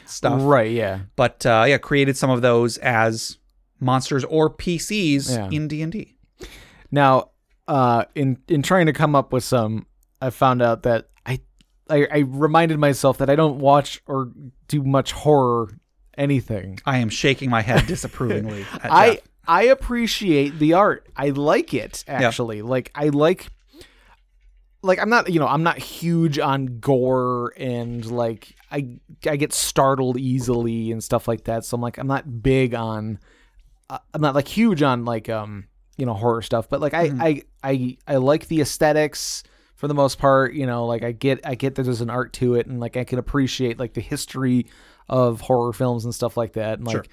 [SPEAKER 1] stuff.
[SPEAKER 2] Right, yeah.
[SPEAKER 1] But uh, yeah, created some of those as monsters or PCs
[SPEAKER 2] Yeah.
[SPEAKER 1] in D&D.
[SPEAKER 2] Now, uh, in in trying to come up with some, I found out that I, I I reminded myself that I don't watch or do much horror anything.
[SPEAKER 1] I am shaking my head disapprovingly at
[SPEAKER 2] I
[SPEAKER 1] Jeff.
[SPEAKER 2] I appreciate the art. I like it actually. Like I like like I'm not, you know, I'm not huge on gore and like I I get startled easily and stuff like that. So I'm like I'm not big on uh, I'm not like huge on like um, you know, horror stuff, but like I
[SPEAKER 1] Mm-hmm.
[SPEAKER 2] I I I like the aesthetics for the most part, you know, like I get I get that there's an art to it and like I can appreciate like the history of horror films and stuff like that and like
[SPEAKER 1] Sure.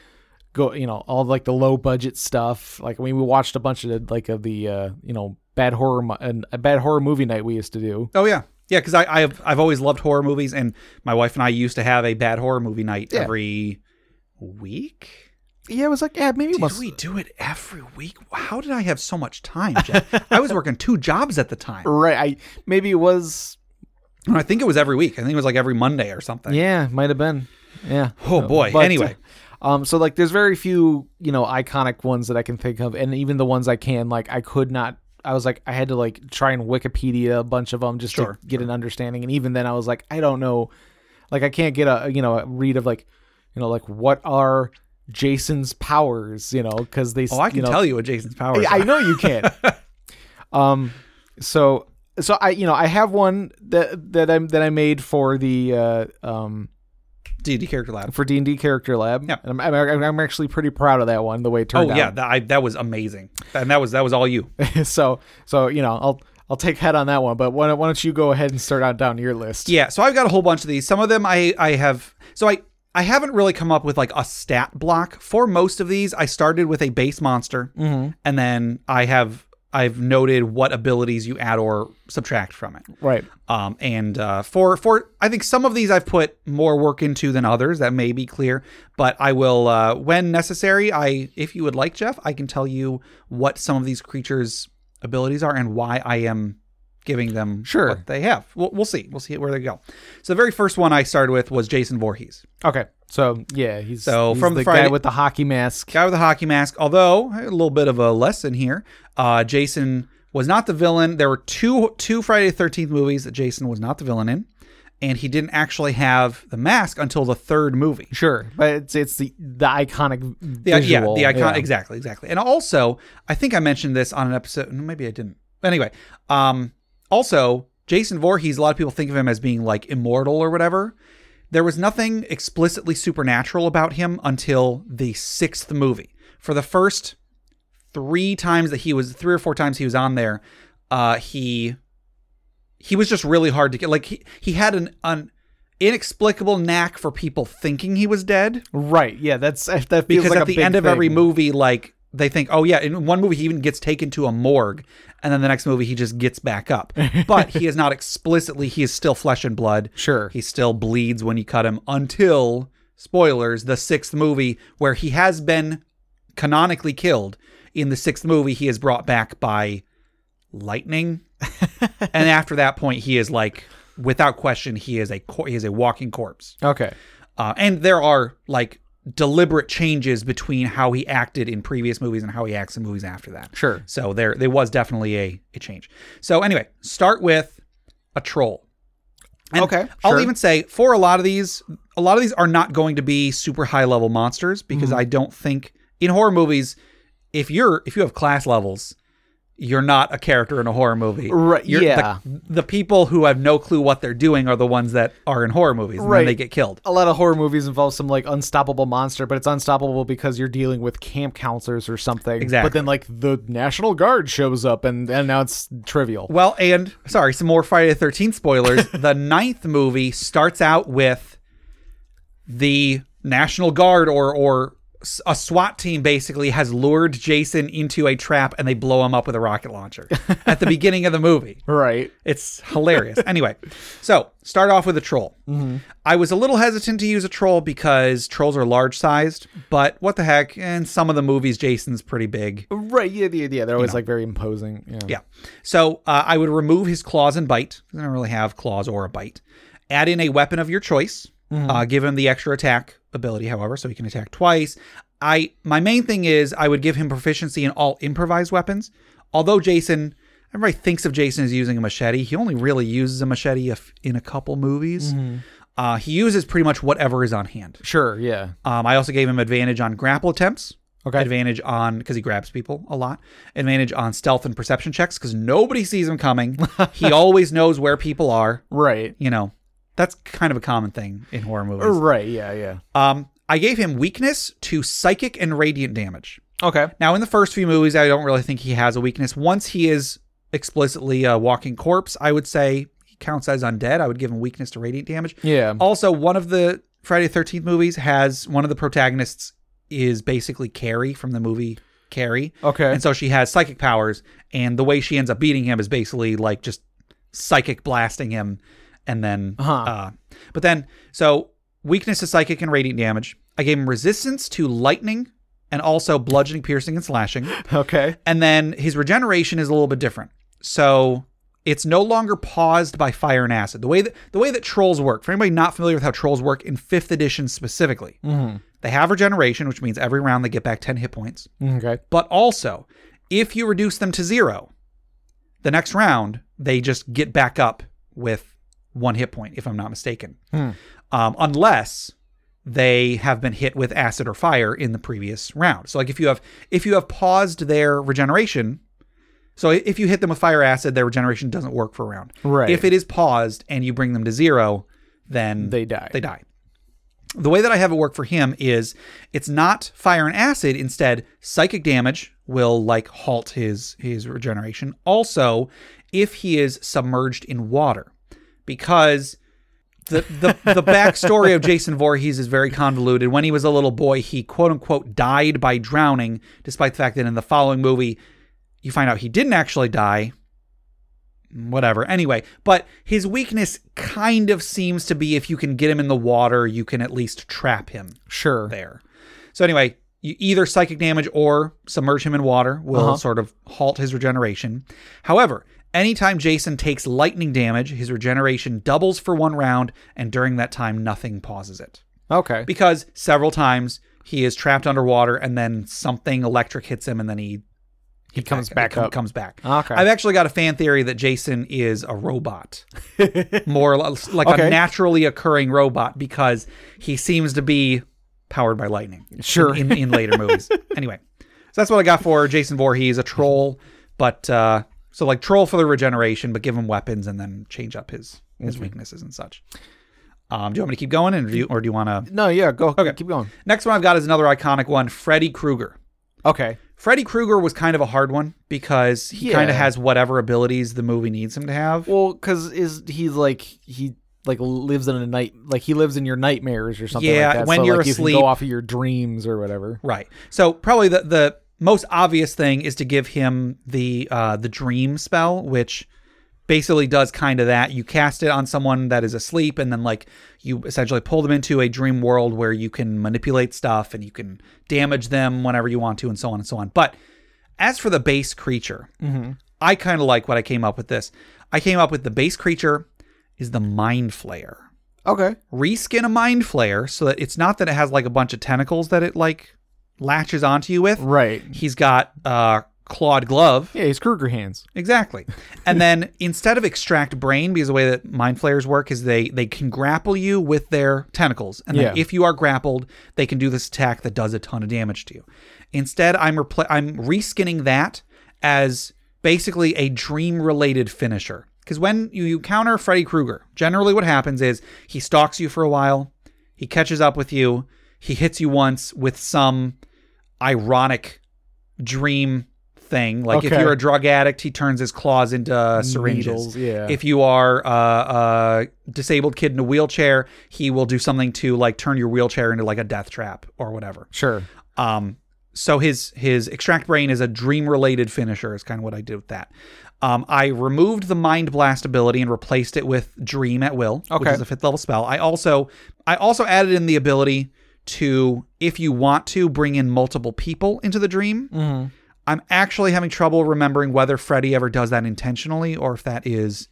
[SPEAKER 2] go you know all like the low budget stuff like i mean we watched a bunch of the, like of the uh you know bad horror mo- and a bad horror movie night we used to do
[SPEAKER 1] Oh yeah. Yeah, because I, I have, I've always loved horror movies, and my wife and I used to have a bad horror movie night
[SPEAKER 2] Yeah.
[SPEAKER 1] every week.
[SPEAKER 2] yeah it was like yeah maybe
[SPEAKER 1] Did we do it every week? How did I have so much time, Jeff? I was working two jobs at the time.
[SPEAKER 2] right i maybe it was
[SPEAKER 1] And I think it was every week. I think it was like every Monday or something.
[SPEAKER 2] yeah might have been yeah
[SPEAKER 1] Oh, boy.
[SPEAKER 2] But,
[SPEAKER 1] Anyway.
[SPEAKER 2] um so like there's very few you know iconic ones that i can think of and even the ones i can like i could not i was like i had to like try and wikipedia a bunch of them just
[SPEAKER 1] Sure,
[SPEAKER 2] to get an understanding and even then i was like i don't know like i can't get a you know a read of like you know like what are jason's powers you know because they
[SPEAKER 1] Oh, I can
[SPEAKER 2] you know,
[SPEAKER 1] tell you what Jason's powers
[SPEAKER 2] I, I
[SPEAKER 1] are.
[SPEAKER 2] know you can. um, so so I you know I have one that that I that I made for the uh, um
[SPEAKER 1] D&D Character Lab.
[SPEAKER 2] for D and D Character Lab.
[SPEAKER 1] Yeah.
[SPEAKER 2] and I'm, I'm I'm actually pretty proud of that one the way it turned
[SPEAKER 1] Oh,
[SPEAKER 2] out.
[SPEAKER 1] yeah. That, I, that was amazing. And that was that was all you.
[SPEAKER 2] so so you know I'll I'll take head on that one. But why don't, why don't you go ahead and start on down your list?
[SPEAKER 1] Yeah, so I've got a whole bunch of these. Some of them I I have so I I haven't really come up with like a stat block for most of these. I started with a base monster, and then I have I've noted what abilities you add or subtract from it.
[SPEAKER 2] Right.
[SPEAKER 1] Um, and uh, for for I think some of these I've put more work into than others. That may be clear, but I will uh, when necessary. I if you would like, Jeff, I can tell you what some of these creatures' abilities are and why I am giving them
[SPEAKER 2] Sure.
[SPEAKER 1] what they have. We'll, we'll see. We'll see where they go. So the very first one I started with was Jason Voorhees,
[SPEAKER 2] Okay. So yeah, he's
[SPEAKER 1] So,
[SPEAKER 2] he's
[SPEAKER 1] from
[SPEAKER 2] the
[SPEAKER 1] Friday-
[SPEAKER 2] guy with the hockey mask.
[SPEAKER 1] guy with the hockey mask. Although a little bit of a lesson here, uh, Jason was not the villain. There were two two Friday the Thirteenth movies that Jason was not the villain in. And he didn't actually have the mask until the third movie.
[SPEAKER 2] Sure, but it's it's the the iconic
[SPEAKER 1] The,
[SPEAKER 2] visual.
[SPEAKER 1] Yeah, the icon. Exactly, exactly. And also, I think I mentioned this on an episode. no, Maybe I didn't. Anyway, um, also Jason Voorhees. A lot of people think of him as being like immortal or whatever. There was nothing explicitly supernatural about him until the sixth movie. For the first three times that he was, three or four times he was on there, uh, he he was just really hard to get. Like he he had an an inexplicable knack for people thinking he was dead
[SPEAKER 2] Right. Yeah. That's that feels
[SPEAKER 1] because
[SPEAKER 2] like a
[SPEAKER 1] at the
[SPEAKER 2] big
[SPEAKER 1] end of
[SPEAKER 2] thing.
[SPEAKER 1] every movie like they think oh yeah in one movie he even gets taken to a morgue and then the next movie he just gets back up but he is not explicitly he is still flesh and blood
[SPEAKER 2] Sure.
[SPEAKER 1] he still bleeds when you cut him until spoilers the sixth movie where he has been canonically killed in the sixth movie he is brought back by lightning and after that point he is like without question he is a cor- he is a walking corpse
[SPEAKER 2] Okay.
[SPEAKER 1] uh, and there are like deliberate changes between how he acted in previous movies and how he acts in movies after that.
[SPEAKER 2] Sure.
[SPEAKER 1] So there, there was definitely a a change. So anyway, start with a troll. And
[SPEAKER 2] Okay,
[SPEAKER 1] I'll
[SPEAKER 2] sure.
[SPEAKER 1] even say for a lot of these, a lot of these are not going to be super high level monsters because
[SPEAKER 2] Mm-hmm.
[SPEAKER 1] I don't think in horror movies, if you're if you have class levels, you're not a character in a horror movie.
[SPEAKER 2] Right,
[SPEAKER 1] You're-
[SPEAKER 2] yeah.
[SPEAKER 1] The, the people who have no clue what they're doing are the ones that are in horror movies, and
[SPEAKER 2] Right.
[SPEAKER 1] then they get killed.
[SPEAKER 2] A lot of horror movies involve some like unstoppable monster, but it's unstoppable because you're dealing with camp counselors or something.
[SPEAKER 1] Exactly.
[SPEAKER 2] But then like the National Guard shows up and and now it's trivial.
[SPEAKER 1] Well, and sorry, some more Friday the Thirteenth spoilers. the ninth movie starts out with the National Guard or or s- a SWAT team basically has lured Jason into a trap and they blow him up with a rocket launcher at the beginning of the movie.
[SPEAKER 2] Right.
[SPEAKER 1] It's hilarious. anyway, so start off with a troll. I was a little hesitant to use a troll because trolls are large sized, but what the heck? In some of the movies, Jason's pretty big.
[SPEAKER 2] Right. Yeah. Yeah. yeah. They're always like very imposing. Yeah.
[SPEAKER 1] Yeah. So uh, I would remove his claws and bite. I don't really have claws or a bite. Add in a weapon of your choice. Uh, give him the extra attack ability, however, so he can attack twice. I my main thing is I would give him proficiency in all improvised weapons. Although Jason, everybody thinks of Jason as using a machete. He only really uses a machete if, in a couple movies. Uh, he uses pretty much whatever is on hand.
[SPEAKER 2] Sure. Yeah.
[SPEAKER 1] Um, I also gave him advantage on grapple attempts.
[SPEAKER 2] Okay.
[SPEAKER 1] Advantage on because he grabs people a lot. Advantage on stealth and perception checks because nobody sees him coming. he always knows where people are.
[SPEAKER 2] Right.
[SPEAKER 1] You know, that's kind of a common thing in horror movies.
[SPEAKER 2] Right. Yeah. Yeah.
[SPEAKER 1] Um, I gave him weakness to psychic and radiant damage.
[SPEAKER 2] Okay.
[SPEAKER 1] Now, in the first few movies, I don't really think he has a weakness. Once he is explicitly a walking corpse, I would say he counts as undead. I would give him weakness to radiant damage.
[SPEAKER 2] Yeah.
[SPEAKER 1] Also, one of the Friday the 13th movies has one of the protagonists is basically Carrie from the movie Carrie.
[SPEAKER 2] Okay.
[SPEAKER 1] And so she has psychic powers, and the way she ends up beating him is basically like just psychic blasting him. And then,
[SPEAKER 2] Uh-huh.
[SPEAKER 1] uh, but then, so weakness to psychic and radiant damage. I gave him resistance to lightning and also bludgeoning, piercing, and slashing.
[SPEAKER 2] Okay.
[SPEAKER 1] And then his regeneration is a little bit different. So it's no longer paused by fire and acid. The way that the way that trolls work, for anybody not familiar with how trolls work in fifth edition specifically, they have regeneration, which means every round they get back 10 hit points.
[SPEAKER 2] Okay.
[SPEAKER 1] But also, if you reduce them to zero, the next round they just get back up with one hit point, if I'm not mistaken.
[SPEAKER 2] Hmm.
[SPEAKER 1] Um, unless they have been hit with acid or fire in the previous round. So, like if you have if you have paused their regeneration, so i- if you hit them with fire acid, their regeneration doesn't work for a round.
[SPEAKER 2] Right.
[SPEAKER 1] If it is paused and you bring them to zero, then
[SPEAKER 2] They die.
[SPEAKER 1] They die. The way that I have it work for him is it's not fire and acid. Instead, psychic damage will like halt his his regeneration. Also, if he is submerged in water, because the the, the backstory of Jason Voorhees is very convoluted. When he was a little boy, he quote unquote died by drowning, despite the fact that in the following movie, you find out he didn't actually die. Whatever. Anyway, but his weakness kind of seems to be if you can get him in the water, you can at least trap him
[SPEAKER 2] Sure.
[SPEAKER 1] there. So anyway, you either psychic damage or submerge him in water will
[SPEAKER 2] Uh-huh.
[SPEAKER 1] sort of halt his regeneration. However, anytime Jason takes lightning damage, his regeneration doubles for one round, and during that time, nothing pauses it.
[SPEAKER 2] Okay.
[SPEAKER 1] Because several times he is trapped underwater, and then something electric hits him, and then he
[SPEAKER 2] he comes
[SPEAKER 1] back
[SPEAKER 2] back up.
[SPEAKER 1] comes back.
[SPEAKER 2] Okay.
[SPEAKER 1] I've actually got a fan theory that Jason is a robot, more or less, like a
[SPEAKER 2] Okay.
[SPEAKER 1] naturally occurring robot because he seems to be powered by lightning.
[SPEAKER 2] Sure.
[SPEAKER 1] In, in later movies. Anyway, so that's what I got for Jason Voorhees, a troll, but uh, so like troll for the regeneration, but give him weapons and then change up his his
[SPEAKER 2] Mm-hmm.
[SPEAKER 1] weaknesses and such. Um, do you want me to keep going, and do you, or do you want to?
[SPEAKER 2] no. Yeah. Go. Okay. Keep going.
[SPEAKER 1] Next one I've got is another iconic one, Freddy Krueger.
[SPEAKER 2] Okay.
[SPEAKER 1] Freddy Krueger was kind of a hard one because he
[SPEAKER 2] Yeah.
[SPEAKER 1] kind of has whatever abilities the movie needs him to have.
[SPEAKER 2] Well, because is he's like he like lives in a night like he lives in your nightmares or something.
[SPEAKER 1] Yeah,
[SPEAKER 2] Like that.
[SPEAKER 1] when
[SPEAKER 2] so,
[SPEAKER 1] you're
[SPEAKER 2] like, you
[SPEAKER 1] asleep-
[SPEAKER 2] can go off of your dreams or whatever.
[SPEAKER 1] Right. So probably the the most obvious thing is to give him the uh, the dream spell, which basically does kind of that. You cast it on someone that is asleep, and then like you essentially pull them into a dream world where you can manipulate stuff and you can damage them whenever you want to, and so on and so on. But as for the base creature, I kind of like what I came up with. This I came up with the base creature is the mind flayer
[SPEAKER 2] Okay.
[SPEAKER 1] reskin a mind flayer so that it's not that it has like a bunch of tentacles that it like latches onto you with.
[SPEAKER 2] Right.
[SPEAKER 1] He's got uh clawed glove.
[SPEAKER 2] Yeah, he's Kruger hands.
[SPEAKER 1] Exactly. And then instead of extract brain, because the way that mind flayers work is they they can grapple you with their tentacles. And then
[SPEAKER 2] Yeah.
[SPEAKER 1] if you are grappled, they can do this attack that does a ton of damage to you. Instead, I'm repl- I'm reskinning that as basically a dream related finisher. Because when you, you counter Freddy Krueger, generally what happens is he stalks you for a while, he catches up with you, he hits you once with some ironic dream thing. Like if
[SPEAKER 2] Okay.
[SPEAKER 1] you're a drug addict, he turns his claws into uh, syringes.
[SPEAKER 2] Needles, yeah.
[SPEAKER 1] If you are a, a disabled kid in a wheelchair, he will do something to like turn your wheelchair into like a death trap or whatever.
[SPEAKER 2] Sure.
[SPEAKER 1] Um, so his his extract brain is a dream related finisher. Is kind of what I did with that. Um, I removed the mind blast ability and replaced it with dream at will, which
[SPEAKER 2] Okay.
[SPEAKER 1] is a fifth level spell. I also I also added in the ability to if you want to bring in multiple people into the dream.
[SPEAKER 2] Mm-hmm.
[SPEAKER 1] I'm actually having trouble remembering whether Freddy ever does that intentionally or if that is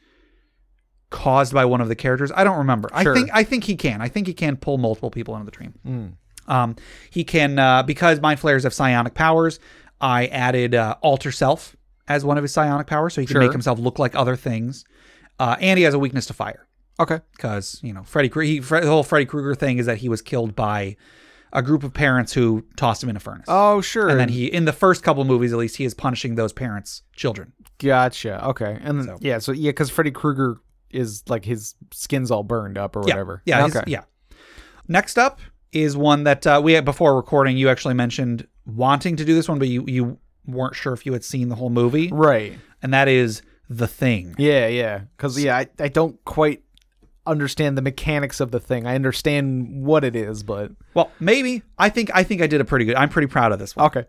[SPEAKER 1] caused by one of the characters. I don't remember. I
[SPEAKER 2] Sure.
[SPEAKER 1] think I think he can. I think he can pull multiple people into the dream.
[SPEAKER 2] Mm.
[SPEAKER 1] Um, he can uh, because mind flayers have psionic powers. I added uh, alter self as one of his psionic powers, so he can
[SPEAKER 2] Sure.
[SPEAKER 1] make himself look like other things. Uh, and he has a weakness to fire
[SPEAKER 2] Okay.
[SPEAKER 1] because you know Freddy Krueger. he- Fre- The whole Freddy Krueger thing is that he was killed by a group of parents who tossed him in a furnace.
[SPEAKER 2] Oh, sure.
[SPEAKER 1] And then he, in the first couple movies at least, he is punishing those parents' children.
[SPEAKER 2] Gotcha. Okay. And then,
[SPEAKER 1] So-
[SPEAKER 2] yeah, so yeah, because Freddy Krueger is like his skin's all burned up or
[SPEAKER 1] Yeah,
[SPEAKER 2] whatever.
[SPEAKER 1] Yeah, his-
[SPEAKER 2] Okay.
[SPEAKER 1] yeah. Next up is one that uh, we had before recording. You actually mentioned wanting to do this one, but you you weren't sure if you had seen the whole movie,
[SPEAKER 2] Right.
[SPEAKER 1] and that is the thing.
[SPEAKER 2] Yeah. Yeah. Because yeah, I, I don't quite understand the mechanics of the thing. I understand what it is, but
[SPEAKER 1] Well, maybe I think I think I did a pretty good. I'm pretty proud of this one.
[SPEAKER 2] okay.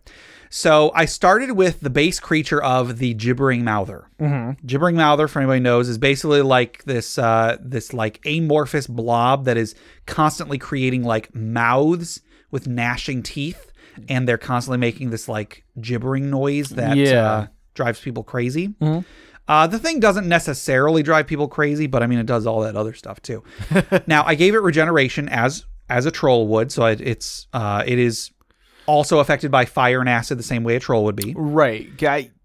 [SPEAKER 1] So I started with the base creature of the gibbering mouther.
[SPEAKER 2] Mm-hmm.
[SPEAKER 1] Gibbering mouther, for anybody who knows, is basically like this uh, this like amorphous blob that is constantly creating like mouths with gnashing teeth, and they're constantly making this like gibbering noise that
[SPEAKER 2] Yeah. Mm-hmm.
[SPEAKER 1] uh, drives people crazy. Uh, the thing doesn't necessarily drive people crazy, but I mean it does all that other stuff too. now I gave it regeneration as as a troll would, so it, it's uh, it is also affected by fire and acid the same way a troll would be.
[SPEAKER 2] Right.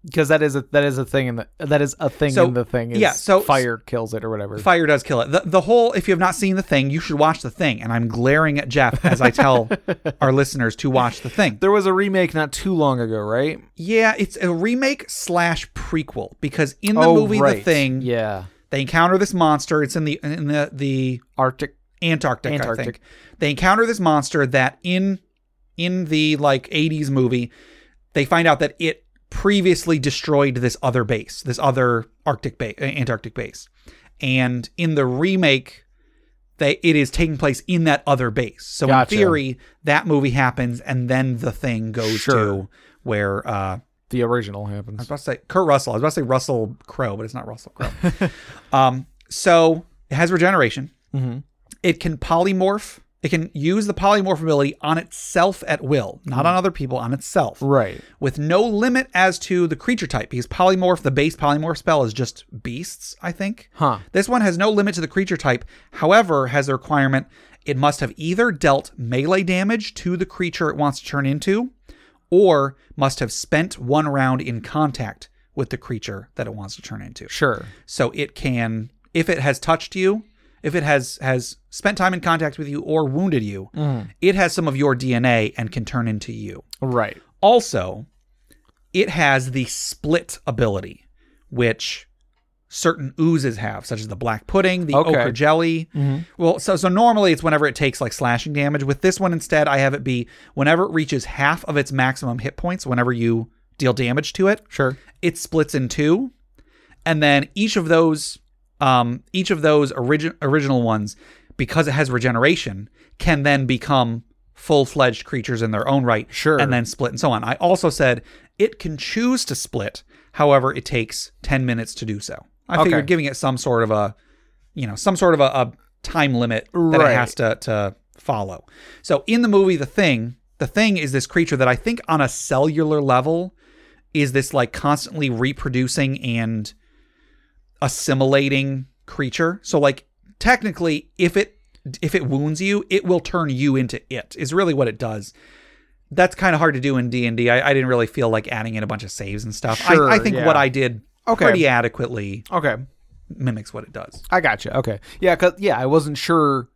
[SPEAKER 2] Because that is a that is a thing in the that is a thing
[SPEAKER 1] So,
[SPEAKER 2] in the thing. Is
[SPEAKER 1] yeah, so-
[SPEAKER 2] fire kills it or whatever.
[SPEAKER 1] Fire does kill it. The, the whole, if you have not seen the thing, you should watch the thing. And I'm glaring at Jeff as I tell our listeners to watch the thing.
[SPEAKER 2] there was a remake not too long ago, right?
[SPEAKER 1] Yeah, it's a remake slash prequel because in the
[SPEAKER 2] oh,
[SPEAKER 1] movie
[SPEAKER 2] right.
[SPEAKER 1] The Thing,
[SPEAKER 2] Yeah.
[SPEAKER 1] they encounter this monster. It's in the in the the
[SPEAKER 2] Arctic.
[SPEAKER 1] Antarctic, I
[SPEAKER 2] Antarctic.
[SPEAKER 1] think. They encounter this monster that in in the like 80s movie, they find out that it previously destroyed this other base, this other Arctic base, Antarctic base. And in the remake, they it is taking place in that other base. So
[SPEAKER 2] Gotcha.
[SPEAKER 1] in theory, that movie happens and then the thing goes
[SPEAKER 2] Sure.
[SPEAKER 1] to where uh
[SPEAKER 2] The original
[SPEAKER 1] I was
[SPEAKER 2] happens.
[SPEAKER 1] about to say Kurt Russell. I was about to say Russell Crowe, but it's not Russell Crowe. um so it has regeneration
[SPEAKER 2] Mm-hmm.
[SPEAKER 1] it can polymorph. It can use the polymorph ability on itself at will,
[SPEAKER 2] Mm-hmm.
[SPEAKER 1] not on other people, on itself,
[SPEAKER 2] Right.
[SPEAKER 1] with no limit as to the creature type. Because polymorph, the base polymorph spell is just beasts, I think.
[SPEAKER 2] Huh.
[SPEAKER 1] This one has no limit to the creature type, however, has the requirement it must have either dealt melee damage to the creature it wants to turn into, or must have spent one round in contact with the creature that it wants to turn into
[SPEAKER 2] Sure.
[SPEAKER 1] so it can if it has touched you if it has has spent time in contact with you or wounded you it has some of your dna and can turn into you
[SPEAKER 2] Right.
[SPEAKER 1] also it has the split ability which certain oozes have such as the black pudding the
[SPEAKER 2] Okay. Mm-hmm.
[SPEAKER 1] ochre jelly well so so normally it's whenever it takes like slashing damage with this one instead i have it be whenever it reaches half of its maximum hit points whenever you deal damage to it
[SPEAKER 2] Sure.
[SPEAKER 1] it splits in two and then each of those um each of those origi- original ones because it has regeneration can then become full-fledged creatures in their own right
[SPEAKER 2] Sure.
[SPEAKER 1] and then split and so on i also said it can choose to split however it takes 10 minutes to do so i
[SPEAKER 2] Okay.
[SPEAKER 1] figured giving it some sort of a you know some sort of a, a time limit that
[SPEAKER 2] Right.
[SPEAKER 1] it has to to follow so in the movie the thing the thing is this creature that i think on a cellular level is this like constantly reproducing and assimilating creature. So like technically if it if it wounds you, it will turn you into it. Is really what it does. That's kind of hard to do in D&D. I, I didn't really feel like adding in a bunch of saves and stuff.
[SPEAKER 2] Sure,
[SPEAKER 1] I, I think
[SPEAKER 2] yeah.
[SPEAKER 1] what I did
[SPEAKER 2] Okay.
[SPEAKER 1] pretty adequately
[SPEAKER 2] Okay.
[SPEAKER 1] mimics what it does.
[SPEAKER 2] I gotcha. Okay. Yeah. Cause yeah, I wasn't sure.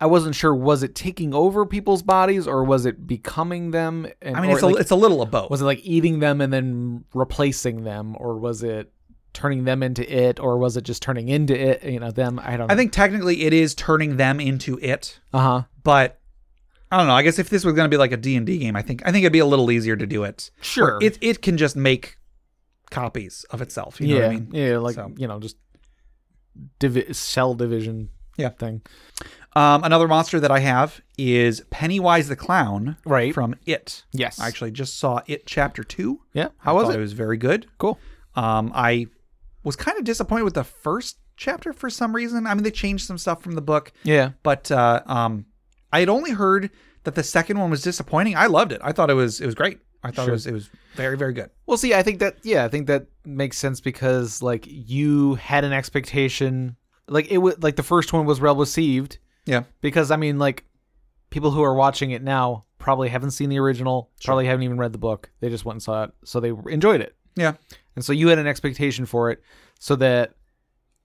[SPEAKER 2] I wasn't sure. Was it taking over people's bodies or was it becoming them? And,
[SPEAKER 1] I mean,
[SPEAKER 2] or,
[SPEAKER 1] it's a,
[SPEAKER 2] like,
[SPEAKER 1] it's a little of both.
[SPEAKER 2] was it like eating them and then replacing them, or was it turning them into it, or was it just turning into it? You know, them. I don't. know. Uh-huh.
[SPEAKER 1] I think technically it is turning them into it,
[SPEAKER 2] Uh huh.
[SPEAKER 1] but I don't know. I guess if this was going to be like a D&D game, I think I think it'd be a little easier to do it.
[SPEAKER 2] Sure.
[SPEAKER 1] It it can just make copies of itself, you know
[SPEAKER 2] yeah,
[SPEAKER 1] what I mean?
[SPEAKER 2] yeah, like
[SPEAKER 1] So.
[SPEAKER 2] you know, just divi- cell division.
[SPEAKER 1] Yeah.
[SPEAKER 2] thing.
[SPEAKER 1] Um, another monster that I have is Pennywise the clown
[SPEAKER 2] Right.
[SPEAKER 1] from It.
[SPEAKER 2] Yes.
[SPEAKER 1] I actually just saw It Chapter 2.
[SPEAKER 2] yeah.
[SPEAKER 1] I
[SPEAKER 2] How was
[SPEAKER 1] thought
[SPEAKER 2] it?
[SPEAKER 1] It was very good.
[SPEAKER 2] Cool.
[SPEAKER 1] Um, I was kind of disappointed with the first chapter for some reason. I mean, they changed some stuff from the book,
[SPEAKER 2] Yeah.
[SPEAKER 1] but uh, um, I had only heard that the second one was disappointing. I loved it. I thought it was it was great. I thought it
[SPEAKER 2] Sure.
[SPEAKER 1] was it was very very good.
[SPEAKER 2] Well, see, I think that yeah, I think that makes sense because like you had an expectation, like it was like the first one was well received
[SPEAKER 1] Yeah.
[SPEAKER 2] because I mean like people who are watching it now probably haven't seen the original, probably haven't even read the book. They just went and saw it, so they enjoyed it.
[SPEAKER 1] Yeah.
[SPEAKER 2] And so you had an expectation for it, so that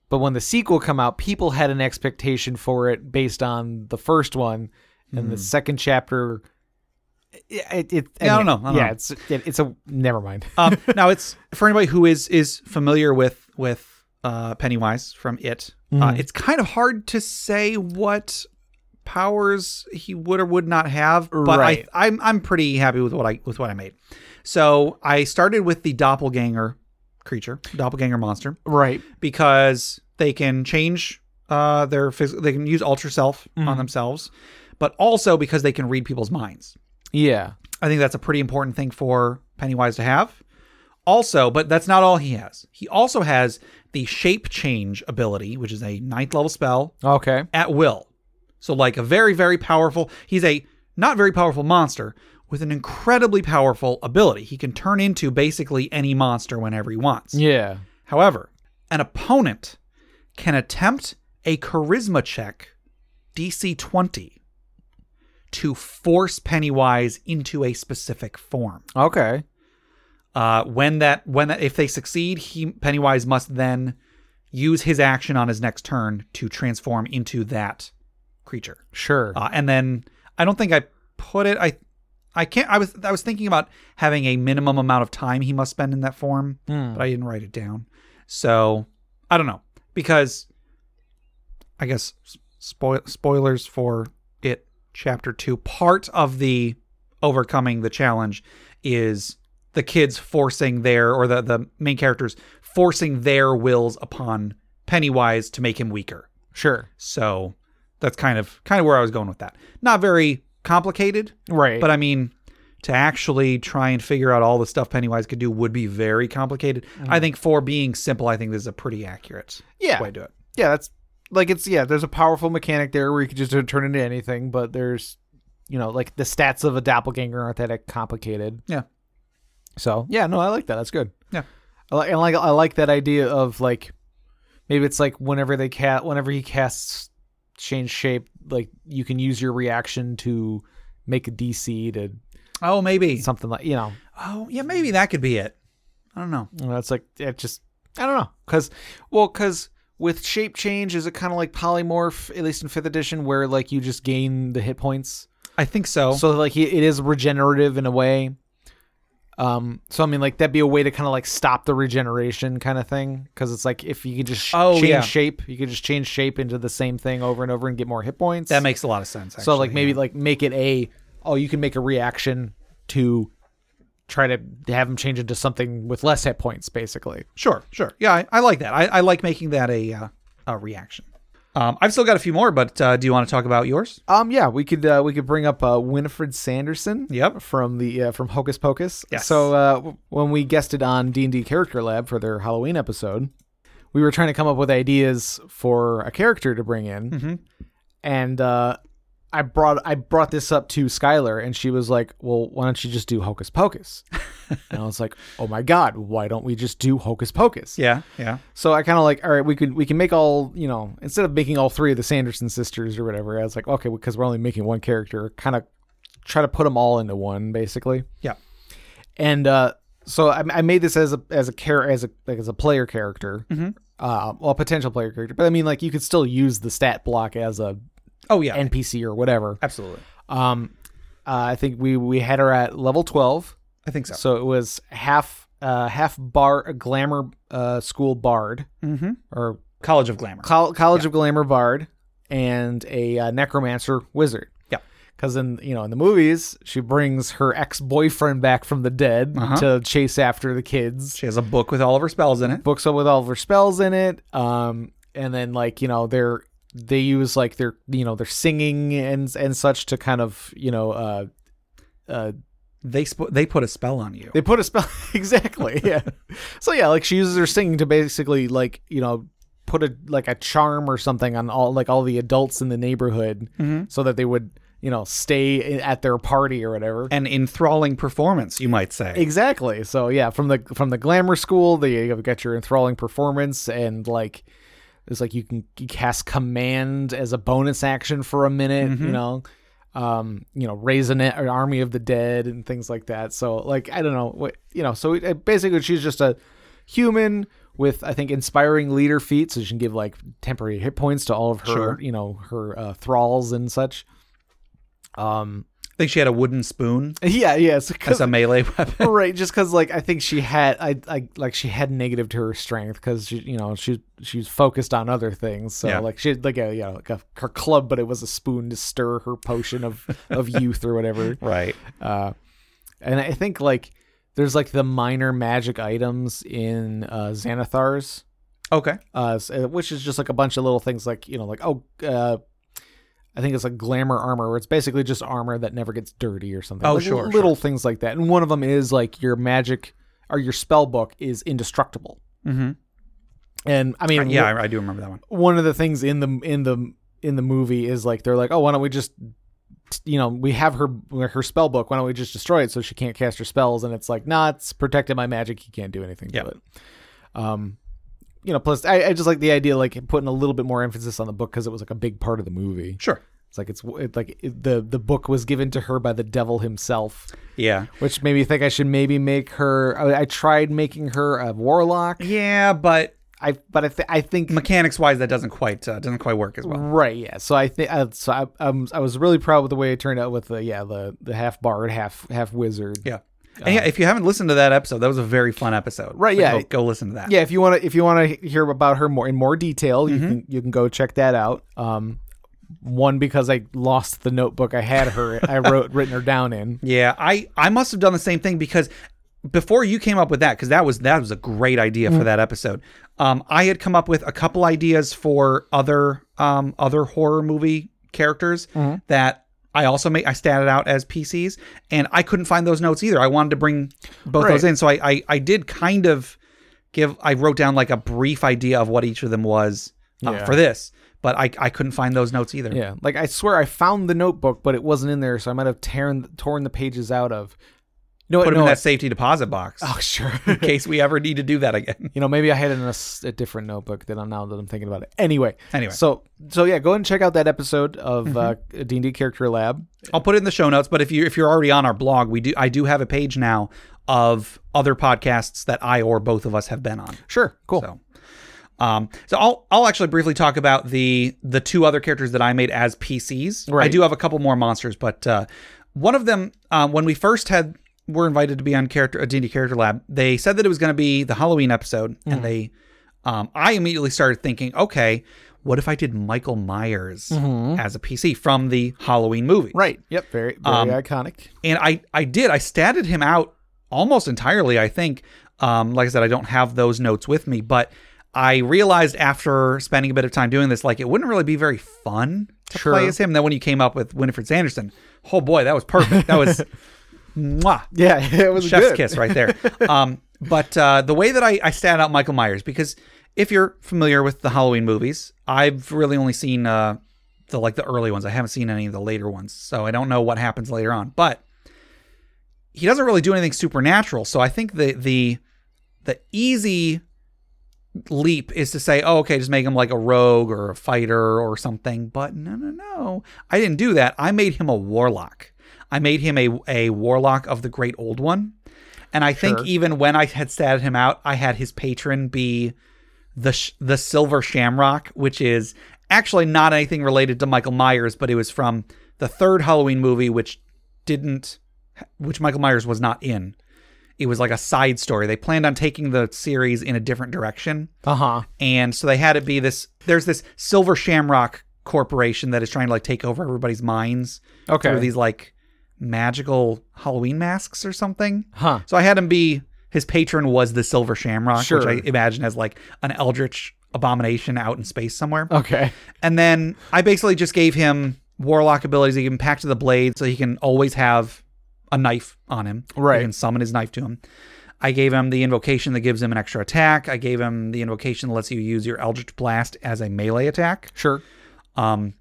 [SPEAKER 2] but when the sequel come out, people had an expectation for it based on the first one and the second chapter. It, it,
[SPEAKER 1] Hmm. Yeah, I don't know. I don't
[SPEAKER 2] yeah,
[SPEAKER 1] know.
[SPEAKER 2] it's it, it's a never mind.
[SPEAKER 1] Um, now it's for anybody who is is familiar with with uh, Pennywise from It. Uh, it's kind of hard to say what powers he would or would not have, but
[SPEAKER 2] Right.
[SPEAKER 1] I, I'm I'm pretty happy with what I with what I made. So I started with the doppelganger creature, doppelganger monster,
[SPEAKER 2] Right.
[SPEAKER 1] because they can change uh, their phys- they can use ultra self on themselves, but also because they can read people's minds.
[SPEAKER 2] Yeah.
[SPEAKER 1] I think that's a pretty important thing for Pennywise to have. Also, but that's not all he has. He also has the shape change ability, which is a ninth level spell
[SPEAKER 2] Okay.
[SPEAKER 1] at will. So, like a very, very powerful, he's a not very powerful monster with an incredibly powerful ability. He can turn into basically any monster whenever he wants.
[SPEAKER 2] Yeah.
[SPEAKER 1] However, an opponent can attempt a charisma check DC 20 to force Pennywise into a specific form.
[SPEAKER 2] Okay.
[SPEAKER 1] Uh, when that when that, if they succeed, he Pennywise must then use his action on his next turn to transform into that creature.
[SPEAKER 2] Sure.
[SPEAKER 1] Uh, and then I don't think I put it I I can't I was I was thinking about having a minimum amount of time he must spend in that form
[SPEAKER 2] Hmm.
[SPEAKER 1] but I didn't write it down. So I don't know because I guess spoil spoilers for it chapter 2 part of the overcoming the challenge is the kids forcing their or the the main characters forcing their wills upon Pennywise to make him weaker.
[SPEAKER 2] Sure.
[SPEAKER 1] So that's kind of kind of where I was going with that. Not very complicated,
[SPEAKER 2] Right.
[SPEAKER 1] but I mean, to actually try and figure out all the stuff Pennywise could do would be very complicated. I think for being simple, I think this is a pretty accurate
[SPEAKER 2] Mm-hmm. yeah.
[SPEAKER 1] way to do it.
[SPEAKER 2] Yeah. That's like it's yeah. There's a powerful mechanic there where you could just turn into anything, but there's you know like the stats of a doppelganger aren't that complicated.
[SPEAKER 1] Yeah.
[SPEAKER 2] So yeah, no, I like that. That's good.
[SPEAKER 1] Yeah.
[SPEAKER 2] I like and like I like that idea of like maybe it's like whenever they cat whenever he casts change shape, like you can use your reaction to make a DC to
[SPEAKER 1] Oh, maybe.
[SPEAKER 2] something like you know
[SPEAKER 1] Oh, yeah, maybe that could be it. I don't know.
[SPEAKER 2] And that's like it just I don't know because well because with shape change is it kind of like polymorph at least in fifth edition where like you just gain the hit points
[SPEAKER 1] I think so.
[SPEAKER 2] so like it it is regenerative in a way. Um, so I mean, like that'd be a way to kind of like stop the regeneration kind of thing, because it's like if you could just sh-
[SPEAKER 1] Oh,
[SPEAKER 2] change
[SPEAKER 1] yeah.
[SPEAKER 2] shape, you could just change shape into the same thing over and over and get more hit points.
[SPEAKER 1] that makes a lot of sense.
[SPEAKER 2] so like
[SPEAKER 1] actually,
[SPEAKER 2] maybe
[SPEAKER 1] yeah.
[SPEAKER 2] like make it a oh you can make a reaction to try to have them change into something with less hit points basically.
[SPEAKER 1] sure, sure. Yeah, I, I like that. I, I like making that a uh, a reaction. Um, I've still got a few more, but uh, do you want to talk about yours?
[SPEAKER 2] Um, yeah, we could uh, we could bring up uh, Winifred Sanderson.
[SPEAKER 1] Yep.
[SPEAKER 2] from the uh, from Hocus Pocus.
[SPEAKER 1] Yes.
[SPEAKER 2] So uh, w- when we guested on D and D Character Lab for their Halloween episode, we were trying to come up with ideas for a character to bring in,
[SPEAKER 1] Mhm.
[SPEAKER 2] and uh, I brought I brought this up to Skylar, and she was like, "Well, why don't you just do Hocus Pocus?" and I was like, "Oh my God, why don't we just do Hocus Pocus?"
[SPEAKER 1] Yeah, yeah.
[SPEAKER 2] So I kind of like, all right, we could we can make all you know instead of making all three of the Sanderson sisters or whatever. I was like, okay, because we're only making one character, kind of try to put them all into one basically.
[SPEAKER 1] Yeah.
[SPEAKER 2] And uh, so I, I made this as a as a care as a like as a player character,
[SPEAKER 1] Mhm.
[SPEAKER 2] uh, well, a potential player character, but I mean like you could still use the stat block as a
[SPEAKER 1] Oh, yeah.
[SPEAKER 2] NPC or whatever.
[SPEAKER 1] absolutely.
[SPEAKER 2] Um, uh, I think we we had her at level twelve.
[SPEAKER 1] I think so.
[SPEAKER 2] So it was half uh, half bar glamour uh, school bard
[SPEAKER 1] hmm
[SPEAKER 2] or
[SPEAKER 1] College of Glamour.
[SPEAKER 2] Col- College of Glamour Bard and a uh, Necromancer Wizard.
[SPEAKER 1] Yep.
[SPEAKER 2] Because in you know in the movies, she brings her ex boyfriend back from the dead to chase after the kids.
[SPEAKER 1] She has a book with all of her spells in it.
[SPEAKER 2] books up with all of her spells in it. Um, and then like you know they're they use like their you know their singing and and such to kind of you know uh, uh,
[SPEAKER 1] They sp- they put a spell on you.
[SPEAKER 2] they put a spell exactly yeah. So yeah, like she uses her singing to basically like you know put a like a charm or something on all like all the adults in the neighborhood
[SPEAKER 1] Mm-hmm.
[SPEAKER 2] so that they would you know stay i- at their party or whatever.
[SPEAKER 1] An enthralling performance, you might say.
[SPEAKER 2] Exactly. So yeah, from the from the glamour school, they you've got your enthralling performance and like it's like you can cast command as a bonus action for a minute, you know. Um, you know, raise an, an army of the dead and things like that. So like I don't know, what you know, so it, it basically she's just a human with I think inspiring leader feats, so she can give like temporary hit points to all of her,
[SPEAKER 1] Sure.
[SPEAKER 2] you know, her uh, thralls and such. Um
[SPEAKER 1] I think she had a wooden spoon
[SPEAKER 2] yeah, yeah, so 'cause-
[SPEAKER 1] as a melee weapon.
[SPEAKER 2] right just because like i think she had i, I like she had negative to her strength because she you know she she's focused on other things so
[SPEAKER 1] Yeah.
[SPEAKER 2] like she had like a you know like a, her club but it was a spoon to stir her potion of of youth or whatever
[SPEAKER 1] right.
[SPEAKER 2] uh and i think like there's like the minor magic items in uh xanathar's
[SPEAKER 1] Okay.
[SPEAKER 2] uh, s- uh, which is just like a bunch of little things like you know like oh uh, i think it's like glamour armor where it's basically just armor that never gets dirty or something
[SPEAKER 1] Oh,
[SPEAKER 2] Like,
[SPEAKER 1] sure,
[SPEAKER 2] little things like that and one of them is like your magic or your spell book is indestructible
[SPEAKER 1] Mhm.
[SPEAKER 2] and i mean
[SPEAKER 1] Yeah, I, I do remember that one.
[SPEAKER 2] one of the things in the in the in the movie is like they're like, oh, why don't we just you know we have her her spell book why don't we just destroy it so she can't cast her spells and it's like nah it's protected by magic you can't do anything
[SPEAKER 1] Yeah.
[SPEAKER 2] to it um you know plus I, I just like the idea like putting a little bit more emphasis on the book because it was like a big part of the movie
[SPEAKER 1] Sure.
[SPEAKER 2] it's like it's it, like it, the the book was given to her by the devil himself
[SPEAKER 1] Yeah.
[SPEAKER 2] which made me think I should maybe make her I, I tried making her a warlock
[SPEAKER 1] Yeah, but
[SPEAKER 2] I but I, th- I think
[SPEAKER 1] mechanics wise, that doesn't quite uh, doesn't quite work as well.
[SPEAKER 2] Right. Yeah. So I think uh, so. I, um, I was really proud with the way it turned out with the yeah the the half bard, half half wizard.
[SPEAKER 1] Yeah. And yeah, if you haven't listened to that episode, that was a very fun episode.
[SPEAKER 2] Right,
[SPEAKER 1] So
[SPEAKER 2] yeah.
[SPEAKER 1] Go, go listen to that.
[SPEAKER 2] Yeah. If you want to if you want to hear about her more in more detail,
[SPEAKER 1] Mm-hmm.
[SPEAKER 2] you can you can go check that out. Um, one because I lost the notebook I had her I wrote written her down in.
[SPEAKER 1] Yeah, I I must have done the same thing because before you came up with that, because that was that was a great idea
[SPEAKER 2] Mm.
[SPEAKER 1] for that episode. Um, I had come up with a couple ideas for other um other horror movie characters
[SPEAKER 2] Mm-hmm.
[SPEAKER 1] that I also made. I statted out as PCs, and I couldn't find those notes either. I wanted to bring both
[SPEAKER 2] Right.
[SPEAKER 1] those in, so I, I I did kind of give. I wrote down like a brief idea of what each of them was uh,
[SPEAKER 2] Yeah.
[SPEAKER 1] for this, but I I couldn't find those notes either.
[SPEAKER 2] Yeah. Like I swear I found the notebook, but it wasn't in there, so I might have torn torn the pages out of. You know what?
[SPEAKER 1] Put them
[SPEAKER 2] no,
[SPEAKER 1] in that safety deposit box
[SPEAKER 2] oh sure.
[SPEAKER 1] in case we ever need to do that again.
[SPEAKER 2] You know, maybe I had it in a, s- a different notebook than I'm now that I'm thinking about it. Anyway,
[SPEAKER 1] Anyway. Mm-hmm.
[SPEAKER 2] so so yeah, go ahead and check out that episode of uh, D&D Character Lab.
[SPEAKER 1] I'll put it in the show notes, but if you if you're already on our blog, we do I do have a page now of other podcasts that I or both of us have been on.
[SPEAKER 2] Sure, cool.
[SPEAKER 1] So um so I'll I'll actually briefly talk about the the two other characters that I made as PCs. I
[SPEAKER 2] Right.
[SPEAKER 1] do have a couple more monsters, but uh one of them um when we first had were invited to be on character a D&D character lab, they said that it was going to be the Halloween episode
[SPEAKER 2] Mm.
[SPEAKER 1] and they um I immediately started thinking, okay, what if I did Michael Myers as a PC from the Halloween movie?
[SPEAKER 2] Mm-hmm. Right. Yep. Very very
[SPEAKER 1] Um,
[SPEAKER 2] iconic.
[SPEAKER 1] and I I did I statted him out almost entirely. I think, um, like I said, I don't have those notes with me, but I realized after spending a bit of time doing this, like it wouldn't really be very fun to
[SPEAKER 2] Sure.
[SPEAKER 1] play as him. Then when you came up with Winifred Sanderson, oh boy, that was perfect. That was, mwah,
[SPEAKER 2] Yeah, it was
[SPEAKER 1] chef's
[SPEAKER 2] good.
[SPEAKER 1] kiss right there. um, but uh, the way that I, I stand out Michael Myers, because if you're familiar with the Halloween movies, I've really only seen uh, the like the early ones. I haven't seen any of the later ones, so I don't know what happens later on. But he doesn't really do anything supernatural, so I think the the the easy leap is to say, oh, okay, just make him like a rogue or a fighter or something. But no, no, no. I didn't do that. I made him a warlock. I made him a, a warlock of the Great Old One. And I think
[SPEAKER 2] Sure.
[SPEAKER 1] even when I had statted him out, I had his patron be the sh- the Silver Shamrock, which is actually not anything related to Michael Myers, but it was from the third Halloween movie, which didn't, which Michael Myers was not in. It was like a side story. They planned on taking the series in a different direction
[SPEAKER 2] Uh huh.
[SPEAKER 1] and so they had it be this there's this silver shamrock corporation that is trying to like take over everybody's minds
[SPEAKER 2] Okay.
[SPEAKER 1] through these like magical Halloween masks or something.
[SPEAKER 2] Huh.
[SPEAKER 1] So I had him be his patron was the Silver Shamrock, which
[SPEAKER 2] Sure.
[SPEAKER 1] I imagine as like an eldritch abomination out in space somewhere.
[SPEAKER 2] Okay.
[SPEAKER 1] And then I basically just gave him warlock abilities. He can pack to the blade, so he can always have a knife on him.
[SPEAKER 2] Right.
[SPEAKER 1] He can summon his knife to him. I gave him the invocation that gives him an extra attack. I gave him the invocation that lets you use your Eldritch Blast as a melee attack.
[SPEAKER 2] Sure.
[SPEAKER 1] Um,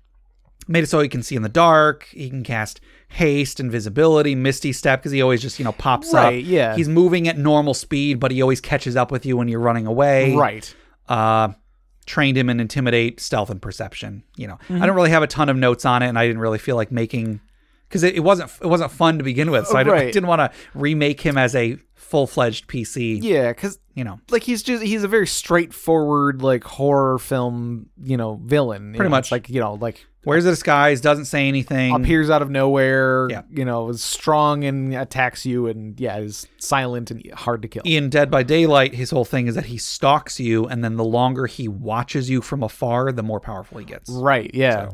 [SPEAKER 1] made it so he can see in the dark. He can cast haste, invisibility, misty step because he always just you know pops
[SPEAKER 2] Right,
[SPEAKER 1] up.
[SPEAKER 2] yeah.
[SPEAKER 1] He's moving at normal speed, but he always catches up with you when you're running away
[SPEAKER 2] Right.
[SPEAKER 1] uh, trained him in intimidate, stealth, and perception. You know,
[SPEAKER 2] Mm-hmm.
[SPEAKER 1] I don't really have a ton of notes on it, and I didn't really feel like making because it, it wasn't it wasn't fun to begin with, so I, don't- I
[SPEAKER 2] Oh, Right.
[SPEAKER 1] didn't want to remake him as a full fledged PC.
[SPEAKER 2] Yeah, because
[SPEAKER 1] You know,
[SPEAKER 2] like he's just he's a very straightforward like horror film you know villain. you
[SPEAKER 1] Pretty
[SPEAKER 2] know,
[SPEAKER 1] much. Mm-hmm.
[SPEAKER 2] it's like you know like
[SPEAKER 1] wears the disguise, doesn't say anything.
[SPEAKER 2] appears out of nowhere.
[SPEAKER 1] Yeah.
[SPEAKER 2] You know is strong and attacks you and yeah is silent and hard to kill.
[SPEAKER 1] in Dead by Daylight, his whole thing is that he stalks you, and then the longer he watches you from afar, the more powerful he gets.
[SPEAKER 2] Right. Yeah.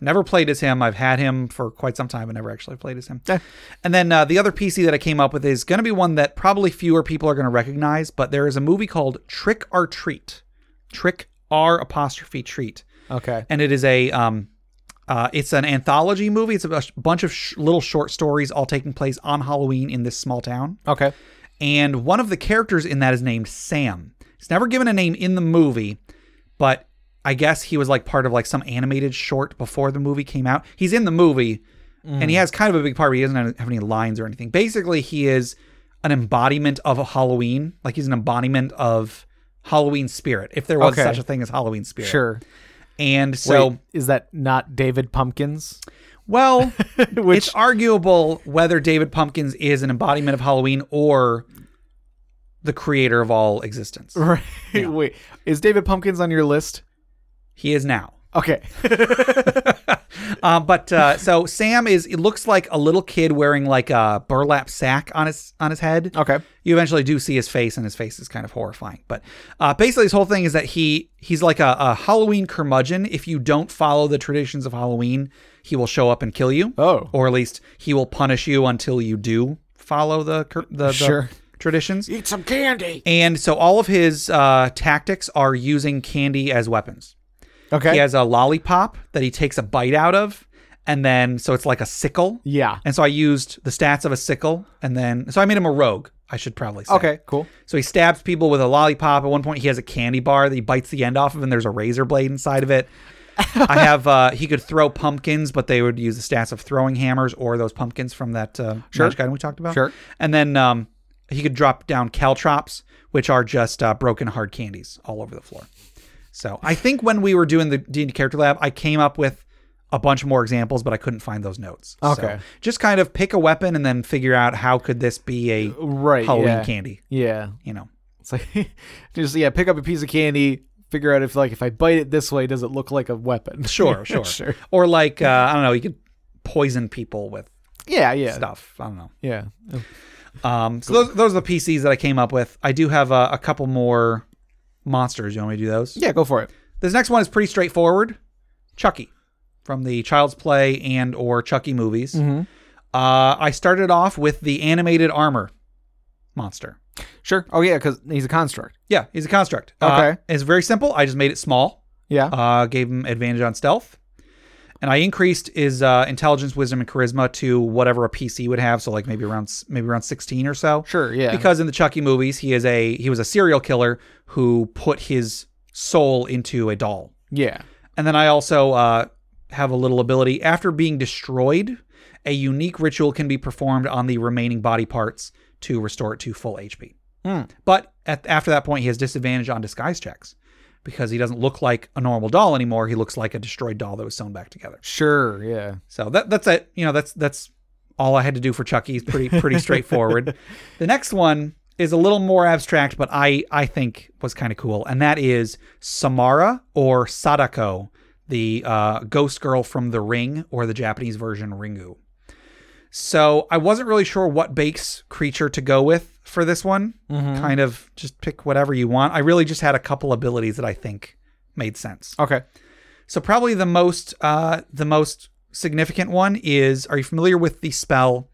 [SPEAKER 1] Never played as him. I've had him for quite some time and never actually played as him. and then uh, the other PC that I came up with is going to be one that probably fewer people are going to recognize, but there is a movie called Trick or Treat. Trick R apostrophe treat.
[SPEAKER 2] Okay.
[SPEAKER 1] And it is a. Um, uh, it's an anthology movie. It's a bush- bunch of sh- little short stories all taking place on Halloween in this small town.
[SPEAKER 2] Okay.
[SPEAKER 1] And one of the characters in that is named Sam. He's never given a name in the movie, but I guess he was like part of like some animated short before the movie came out. He's in the movie and
[SPEAKER 2] Mm.
[SPEAKER 1] he has kind of a big part, but he doesn't have any lines or anything. Basically, he is an embodiment of a Halloween. Like he's an embodiment of Halloween spirit, if there was
[SPEAKER 2] Okay.
[SPEAKER 1] such a thing as Halloween spirit.
[SPEAKER 2] Sure.
[SPEAKER 1] And so,
[SPEAKER 2] Wait, is that not David Pumpkins?
[SPEAKER 1] well,
[SPEAKER 2] Which
[SPEAKER 1] it's arguable whether David Pumpkins is an embodiment of Halloween or the creator of all existence.
[SPEAKER 2] Right. Wait, is David Pumpkins on your list?
[SPEAKER 1] He is now.
[SPEAKER 2] Okay.
[SPEAKER 1] Uh, but uh, so Sam is. It looks like a little kid wearing like a burlap sack on his on his head.
[SPEAKER 2] Okay.
[SPEAKER 1] You eventually do see his face, and his face is kind of horrifying. But uh, basically, his whole thing is that he he's like a, a Halloween curmudgeon. If you don't follow the traditions of Halloween, he will show up and kill you.
[SPEAKER 2] Oh.
[SPEAKER 1] or at least he will punish you until you do follow the cur- the, the
[SPEAKER 2] Sure.
[SPEAKER 1] traditions.
[SPEAKER 2] Eat some candy.
[SPEAKER 1] And so all of his uh, tactics are using candy as weapons.
[SPEAKER 2] Okay.
[SPEAKER 1] He has a lollipop that he takes a bite out of, and then so it's like a sickle.
[SPEAKER 2] yeah.
[SPEAKER 1] And so I used the stats of a sickle, and then so I made him a rogue. I should probably say.
[SPEAKER 2] Okay. Cool.
[SPEAKER 1] So he stabs people with a lollipop. At one point, he has a candy bar that he bites the end off of, and there's a razor blade inside of it. I have uh, he could throw pumpkins, but they would use the stats of throwing hammers or those pumpkins from that uh, magic item we talked about.
[SPEAKER 2] Sure.
[SPEAKER 1] And then um, he could drop down caltrops, which are just uh, broken hard candies all over the floor. So I think when we were doing the D&D character lab, I came up with a bunch more examples, but I couldn't find those notes. So
[SPEAKER 2] Okay.
[SPEAKER 1] just kind of pick a weapon and then figure out how could this be a
[SPEAKER 2] Right.
[SPEAKER 1] Halloween
[SPEAKER 2] yeah.
[SPEAKER 1] candy.
[SPEAKER 2] Yeah.
[SPEAKER 1] You know.
[SPEAKER 2] It's like just yeah, pick up a piece of candy, figure out if like if I bite it this way, does it look like a weapon?
[SPEAKER 1] Sure, sure.
[SPEAKER 2] Sure.
[SPEAKER 1] Or like uh, I don't know, you could poison people with
[SPEAKER 2] Yeah. Yeah.
[SPEAKER 1] stuff. I don't know.
[SPEAKER 2] Yeah. Oh,
[SPEAKER 1] Um, so those those are the PCs that I came up with. I do have a, a couple more monsters. You want me to do those?
[SPEAKER 2] Yeah. Go for it.
[SPEAKER 1] This next one is pretty straightforward. Chucky from the Child's Play and or Chucky movies.
[SPEAKER 2] Mhm.
[SPEAKER 1] Uh, I started off with the animated armor monster.
[SPEAKER 2] Sure. Oh yeah, because he's a construct.
[SPEAKER 1] Yeah, he's a construct. Uh,
[SPEAKER 2] Okay.
[SPEAKER 1] it's very simple. I just made it small.
[SPEAKER 2] Yeah.
[SPEAKER 1] uh, gave him advantage on stealth. And I increased his uh, intelligence, wisdom, and charisma to whatever a PC would have, so like maybe around s- maybe around sixteen or so.
[SPEAKER 2] sure. Yeah.
[SPEAKER 1] Because in the Chucky movies, he is a he was a serial killer who put his soul into a doll.
[SPEAKER 2] yeah.
[SPEAKER 1] And then I also uh, have a little ability. After being destroyed, a unique ritual can be performed on the remaining body parts to restore it to full HP.
[SPEAKER 2] Hmm.
[SPEAKER 1] But at, after that point, he has disadvantage on disguise checks because he doesn't look like a normal doll anymore. He looks like a destroyed doll that was sewn back together.
[SPEAKER 2] Sure. Yeah.
[SPEAKER 1] So that that's it. You know, that's that's all I had to do for Chucky. It's pretty pretty straightforward. The next one is a little more abstract, but I I think was kind of cool, and that is Samara or Sadako, the uh, ghost girl from The Ring, or the Japanese version Ringu. So I wasn't really sure what base creature to go with for this one. Kind of just pick whatever you want. I really just had a couple abilities that I think made sense.
[SPEAKER 2] Okay.
[SPEAKER 1] So probably the most uh, the most significant one is: Are you familiar with the spell?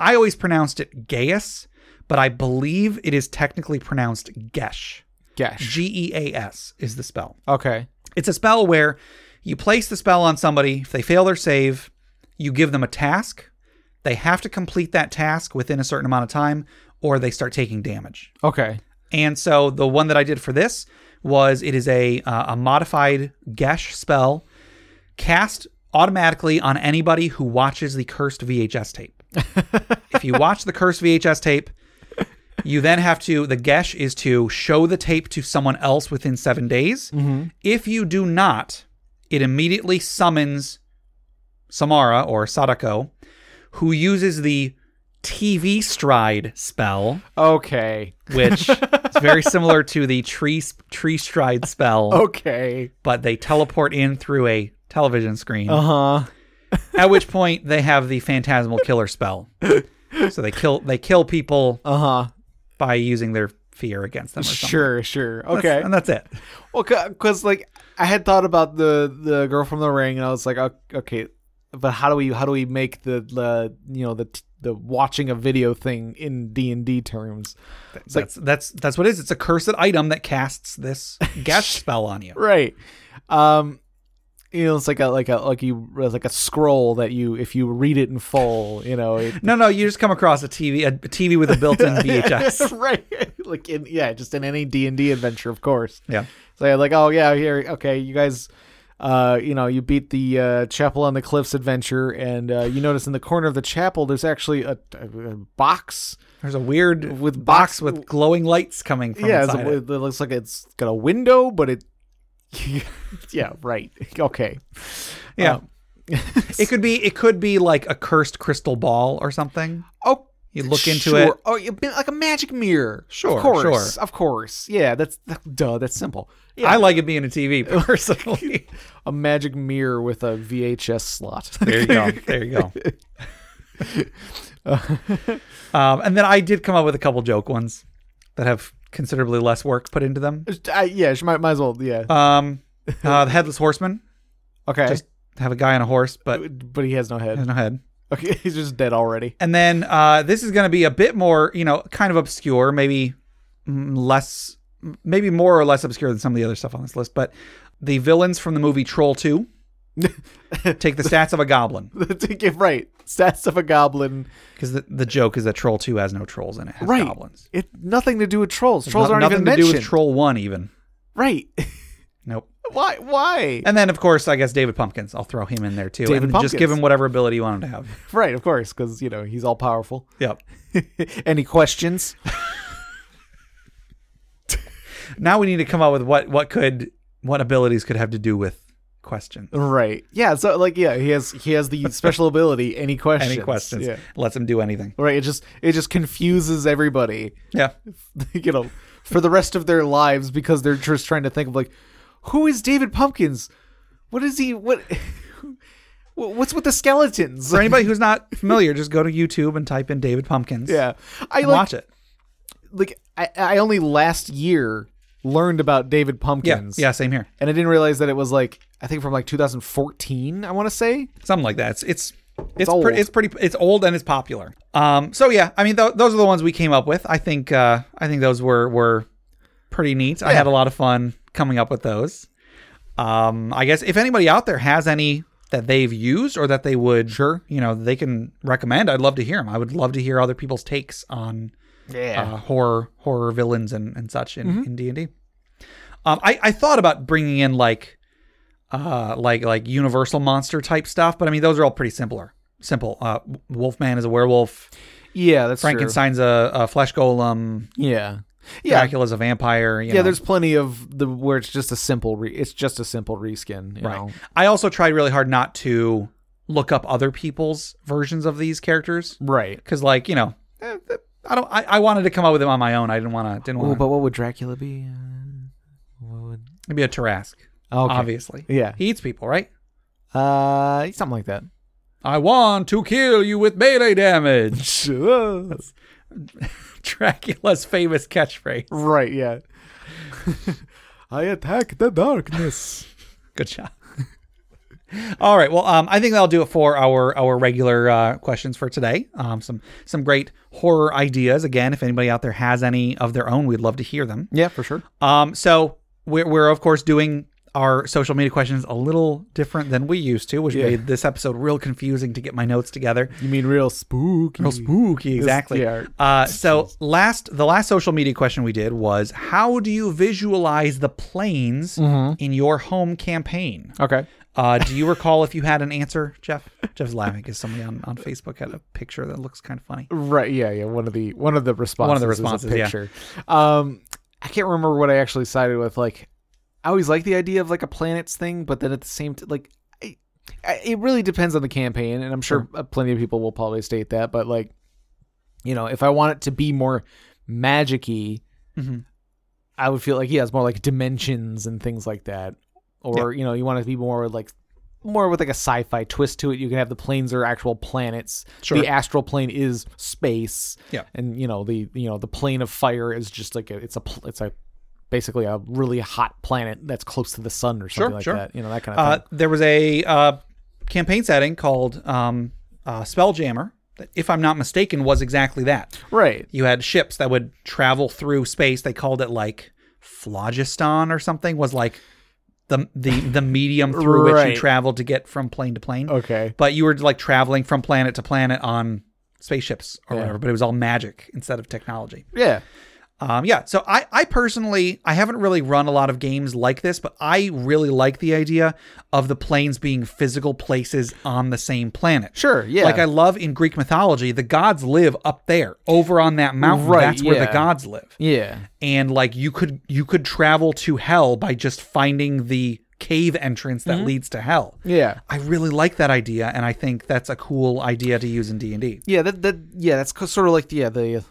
[SPEAKER 1] I always pronounced it Gaius, but I believe it is technically pronounced Gesh.
[SPEAKER 2] Gash.
[SPEAKER 1] G E A S is the spell.
[SPEAKER 2] Okay.
[SPEAKER 1] It's a spell where you place the spell on somebody. If they fail their save, you give them a task. They have to complete that task within a certain amount of time, or they start taking damage.
[SPEAKER 2] Okay.
[SPEAKER 1] And so the one that I did for this was it is a uh, a modified Gesh spell cast automatically on anybody who watches the cursed VHS tape. if you watch the cursed VHS tape, you then have to the Gesh is to show the tape to someone else within 7 days.
[SPEAKER 2] Mm-hmm.
[SPEAKER 1] If you do not, it immediately summons Samara or Sadako who uses the TV stride spell
[SPEAKER 2] Okay.
[SPEAKER 1] which is very similar to the tree tree stride spell,
[SPEAKER 2] Oh. Okay.
[SPEAKER 1] but they teleport in through a television screen.
[SPEAKER 2] Uh huh.
[SPEAKER 1] At which point they have the phantasmal killer spell. so they kill they kill people
[SPEAKER 2] Uh huh.
[SPEAKER 1] by using their fear against them. Or something.
[SPEAKER 2] Sure. Sure.
[SPEAKER 1] That's-
[SPEAKER 2] Okay.
[SPEAKER 1] and that's it.
[SPEAKER 2] Well, because like I had thought about the the girl from the ring, and I was like, "Ok- okay, but how do we how do we make the the you know the t- the watching a video thing in D and D terms?
[SPEAKER 1] That's that's that's what it is. It's a cursed item that casts this gash spell on you.
[SPEAKER 2] Right. Um, you know, it's like a like a like you like a scroll that you if you read it in full, you know, it,
[SPEAKER 1] No, no, you just come across a TV a TV with a built-in VHS.
[SPEAKER 2] right? like in yeah, just in any D and D adventure, of course.
[SPEAKER 1] Yeah.
[SPEAKER 2] So yeah, like, oh yeah, here, okay, you guys, uh, you know, you beat the uh, chapel on the cliffs adventure, and uh, you notice in the corner of the chapel there's actually a, a, a box.
[SPEAKER 1] There's a weird
[SPEAKER 2] With
[SPEAKER 1] box
[SPEAKER 2] box-
[SPEAKER 1] with glowing lights coming from
[SPEAKER 2] yeah, it's a,
[SPEAKER 1] inside. it.
[SPEAKER 2] it looks like it's got a window, but it. yeah. Right. Okay.
[SPEAKER 1] Yeah.
[SPEAKER 2] Um,
[SPEAKER 1] It could be it could be like a cursed crystal ball or something.
[SPEAKER 2] oh.
[SPEAKER 1] You look into
[SPEAKER 2] sure.
[SPEAKER 1] it.
[SPEAKER 2] Oh, you like a magic mirror.
[SPEAKER 1] Sure,
[SPEAKER 2] Of course.
[SPEAKER 1] sure.
[SPEAKER 2] Of course. Yeah. That's duh. That's simple. Yeah.
[SPEAKER 1] I like it being a TV personally.
[SPEAKER 2] a magic mirror with a VHS slot.
[SPEAKER 1] there you go. There you go. um, and then I did come up with a couple joke ones that have considerably less work put into them.
[SPEAKER 2] I, yeah, she might, might as well. Yeah.
[SPEAKER 1] Um, uh, the headless horseman
[SPEAKER 2] okay.
[SPEAKER 1] just have a guy on a horse, but
[SPEAKER 2] but he has no head.
[SPEAKER 1] has no head.
[SPEAKER 2] Okay, he's just dead already.
[SPEAKER 1] And then uh, this is going to be a bit more, you know, kind of obscure, maybe mm, less, maybe more or less obscure than some of the other stuff on this list. But the villains from the movie Troll 2 take the stats of a goblin
[SPEAKER 2] To get right. Stats of a goblin.
[SPEAKER 1] because the, the joke is that Troll 2 has no trolls in it, it has
[SPEAKER 2] Right.
[SPEAKER 1] goblins.
[SPEAKER 2] It nothing to do with trolls. trolls
[SPEAKER 1] No-
[SPEAKER 2] aren't
[SPEAKER 1] nothing
[SPEAKER 2] even
[SPEAKER 1] to
[SPEAKER 2] mentioned.
[SPEAKER 1] do with Troll 1 even.
[SPEAKER 2] right.
[SPEAKER 1] Nope.
[SPEAKER 2] why? Why?
[SPEAKER 1] And then, of course, I guess David Pumpkins. I'll throw him in there too.
[SPEAKER 2] David
[SPEAKER 1] and just give
[SPEAKER 2] Pumpkins.
[SPEAKER 1] him whatever ability you want him to have.
[SPEAKER 2] Right. Of course, because you know he's all powerful.
[SPEAKER 1] Yep.
[SPEAKER 2] Any questions?
[SPEAKER 1] Now we need to come up with what what could what abilities could have to do with
[SPEAKER 2] Oh,
[SPEAKER 1] questions.
[SPEAKER 2] right. Yeah. So like, yeah, he has he has the special ability. Any questions?
[SPEAKER 1] Any questions?
[SPEAKER 2] Yeah.
[SPEAKER 1] Lets him do anything.
[SPEAKER 2] Right. It just it just confuses everybody.
[SPEAKER 1] Yeah.
[SPEAKER 2] you know, for the rest of their lives because they're just trying to think of like, who is David Pumpkins? What is he? What? wh- What's with the skeletons?
[SPEAKER 1] For anybody who's not familiar, just go to YouTube and type in David Pumpkins.
[SPEAKER 2] yeah, I
[SPEAKER 1] And
[SPEAKER 2] like,
[SPEAKER 1] watch it.
[SPEAKER 2] Like I, I only last year learned about David
[SPEAKER 1] Yeah.
[SPEAKER 2] Pumpkins.
[SPEAKER 1] Yeah. Same here.
[SPEAKER 2] and I didn't realize that it was like I think from like 2014. I want to say
[SPEAKER 1] Something like that. It's it's it's,
[SPEAKER 2] old.
[SPEAKER 1] pre- it's pretty it's old and it's popular. Um. So yeah, I mean th- those are the ones we came up with. I think uh I think those were were pretty neat. I had a lot of fun coming up with those. Um. I guess if anybody out there has any that they've used or that they would sure you know they can recommend i'd love to hear them i would love to hear other people's takes on
[SPEAKER 2] yeah, Mm-hmm.
[SPEAKER 1] uh, horror horror villains and, and such in, in D&D. Um, I, I thought about bringing in like uh, like like universal monster type stuff, but I mean those are all pretty simpler. Simple. Uh, Wolfman is a werewolf.
[SPEAKER 2] yeah. That's true.
[SPEAKER 1] Frankenstein's a, a flesh golem.
[SPEAKER 2] Yeah, yeah.
[SPEAKER 1] Dracula's a vampire. you
[SPEAKER 2] Yeah,
[SPEAKER 1] know.
[SPEAKER 2] there's plenty of the where it's just a simple re- it's just a simple reskin, you
[SPEAKER 1] right.
[SPEAKER 2] know?
[SPEAKER 1] I also tried really hard not to look up other people's versions of these characters
[SPEAKER 2] Right.
[SPEAKER 1] because like you know eh, th- I don't I, I wanted to come up with them on my own. I didn't want to didn't
[SPEAKER 2] Ooh,
[SPEAKER 1] want
[SPEAKER 2] but what would Dracula be? Uh, what would...
[SPEAKER 1] to be a Tarask.
[SPEAKER 2] Okay.
[SPEAKER 1] Obviously,
[SPEAKER 2] Yeah.
[SPEAKER 1] he eats people, right?
[SPEAKER 2] Uh, something like that.
[SPEAKER 1] I want to kill you with melee damage. Dracula's famous catchphrase.
[SPEAKER 2] right. Yeah. I attack the darkness.
[SPEAKER 1] Good job. All right. Well, um, I think that'll do it for our our regular uh, questions for today. Um, some some great horror ideas. Again, if anybody out there has any of their own, we'd love to hear them.
[SPEAKER 2] Yeah, for sure.
[SPEAKER 1] Um, so we're, we're of course doing our social media questions a little different than we used to, which made this episode real confusing to get my notes together.
[SPEAKER 2] You mean real spooky?
[SPEAKER 1] Real spooky, exactly.
[SPEAKER 2] yeah.
[SPEAKER 1] Uh, so last, the last social media question we did was, how do you visualize the planes
[SPEAKER 2] Mm-hmm.
[SPEAKER 1] in your home campaign?
[SPEAKER 2] Okay.
[SPEAKER 1] Uh, do you recall if you had an answer, Jeff? Jeff's laughing because somebody on, on Facebook had a picture that looks kind of funny.
[SPEAKER 2] Right. Yeah. Yeah. One of the one of the responses.
[SPEAKER 1] the
[SPEAKER 2] is a
[SPEAKER 1] responses, yeah.
[SPEAKER 2] picture. Um, I can't remember what I actually sided with. Like, I always like the idea of like a planets thing, but then at the same t- like, I, I, it really depends on the campaign, and I'm sure uh plenty of people will probably state that. But like, you know, if I want it to be more magicy,
[SPEAKER 1] Mhm.
[SPEAKER 2] I would feel like yeah, it's more like dimensions and things like that. Or you know, you want it to be more like more with like a sci-fi twist to it. You can have the planes are actual planets.
[SPEAKER 1] Sure.
[SPEAKER 2] The astral plane is space.
[SPEAKER 1] Yeah.
[SPEAKER 2] And you know the you know the plane of fire is just like a, it's a pl- it's a basically a really hot planet that's close to the sun or something like
[SPEAKER 1] sure.
[SPEAKER 2] that. You know that kind of
[SPEAKER 1] Uh,
[SPEAKER 2] thing.
[SPEAKER 1] there was a uh, campaign setting called um, uh, Spelljammer that, if I'm not mistaken, was exactly that.
[SPEAKER 2] Right.
[SPEAKER 1] You had ships that would travel through space. They called it like phlogiston or something. Was like the the the medium through which
[SPEAKER 2] Right.
[SPEAKER 1] you traveled to get from plane to plane.
[SPEAKER 2] Okay.
[SPEAKER 1] But you were like traveling from planet to planet on spaceships or
[SPEAKER 2] Yeah.
[SPEAKER 1] whatever. But it was all magic instead of technology.
[SPEAKER 2] Yeah.
[SPEAKER 1] Um, yeah, so I, I personally, I haven't really run a lot of games like this, but I really like the idea of the planes being physical places on the same planet.
[SPEAKER 2] Sure. Yeah.
[SPEAKER 1] Like I love in Greek mythology, the gods live up there, over on that mountain.
[SPEAKER 2] Right,
[SPEAKER 1] That's where the
[SPEAKER 2] yeah.
[SPEAKER 1] gods live,
[SPEAKER 2] yeah.
[SPEAKER 1] and like you could you could travel to hell by just finding the cave entrance that leads to hell.
[SPEAKER 2] Mm-hmm. Yeah.
[SPEAKER 1] I really like that idea, and I think that's a cool idea to use in D and D.
[SPEAKER 2] Yeah, that that yeah, that's co- sort of like yeah the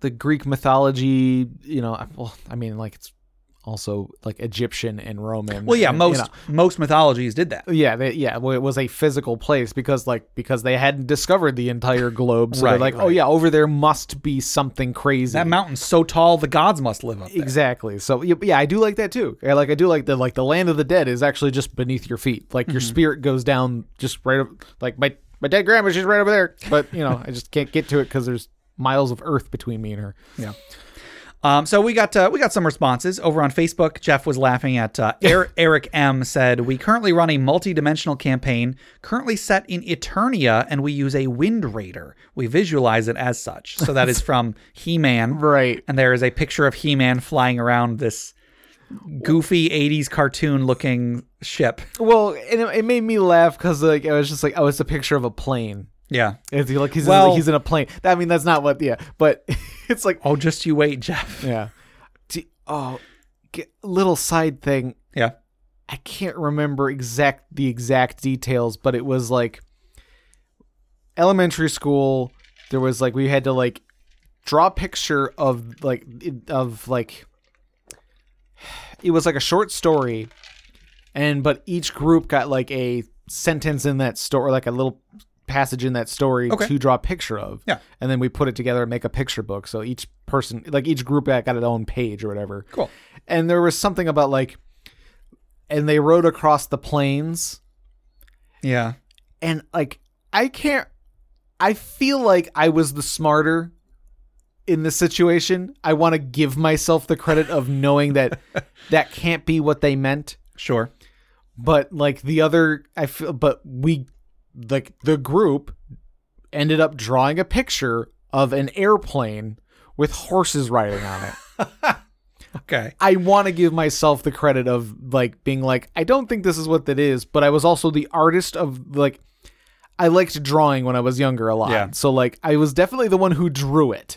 [SPEAKER 2] the Greek mythology. You know, I- well, I mean, like it's also like Egyptian and Roman.
[SPEAKER 1] Well, yeah,
[SPEAKER 2] and, you
[SPEAKER 1] most
[SPEAKER 2] know.
[SPEAKER 1] most mythologies did that.
[SPEAKER 2] yeah, they, yeah. Well, it was a physical place because, like, because they hadn't discovered the entire globe, so
[SPEAKER 1] Right,
[SPEAKER 2] they're like, oh
[SPEAKER 1] right.
[SPEAKER 2] yeah, over there must be something crazy.
[SPEAKER 1] That mountain's so tall, the gods must live up there.
[SPEAKER 2] Exactly. So yeah, yeah, I do like that too. Yeah, like I do like the like the land of the dead is actually just beneath your feet. Like your spirit goes down just right up. Like my my dead grandma, she's right over there. But you know, I just can't get to it because there's miles of earth between me and her.
[SPEAKER 1] Yeah. Um, so we got uh, we got some responses over on Facebook. Jeff was laughing at uh, er- Eric M said we currently run a multi-dimensional campaign currently set in Eternia and we use a wind raider. We visualize it as such. So that is from He-Man.
[SPEAKER 2] Right.
[SPEAKER 1] And there is a picture of He-Man flying around this goofy 80s cartoon looking ship.
[SPEAKER 2] Well, and it, it made me laugh because like I was just like, oh, it's a picture of a plane.
[SPEAKER 1] Yeah.
[SPEAKER 2] It's like he's in,
[SPEAKER 1] Well-
[SPEAKER 2] he's in a plane. I mean, that's not what. Yeah, but it's like
[SPEAKER 1] Oh, just you wait, Jeff.
[SPEAKER 2] yeah. Do, oh, get, little side thing.
[SPEAKER 1] Yeah.
[SPEAKER 2] I can't remember exact the exact details, but it was like elementary school. There was like we had to like draw a picture of like it- of like it was like a short story, and but each group got like a sentence in that story, like a little passage in that story
[SPEAKER 1] Okay.
[SPEAKER 2] to draw a picture of.
[SPEAKER 1] Yeah.
[SPEAKER 2] and then we put it together and make a picture book. So each person, like each group, got got its own page or whatever
[SPEAKER 1] Cool.
[SPEAKER 2] and there was something about like and they rode across the plains
[SPEAKER 1] Yeah.
[SPEAKER 2] and like i can't i feel like i was the smarter in this situation i want to give myself the credit of knowing that that can't be what they meant
[SPEAKER 1] Sure.
[SPEAKER 2] but like the other i feel but we like the group ended up drawing a picture of an airplane with horses riding on it
[SPEAKER 1] Okay.
[SPEAKER 2] I want to give myself the credit of like being like I don't think this is what that is, but I was also the artist of like I liked drawing when I was younger a lot.
[SPEAKER 1] Yeah.
[SPEAKER 2] So like I was definitely the one who drew it.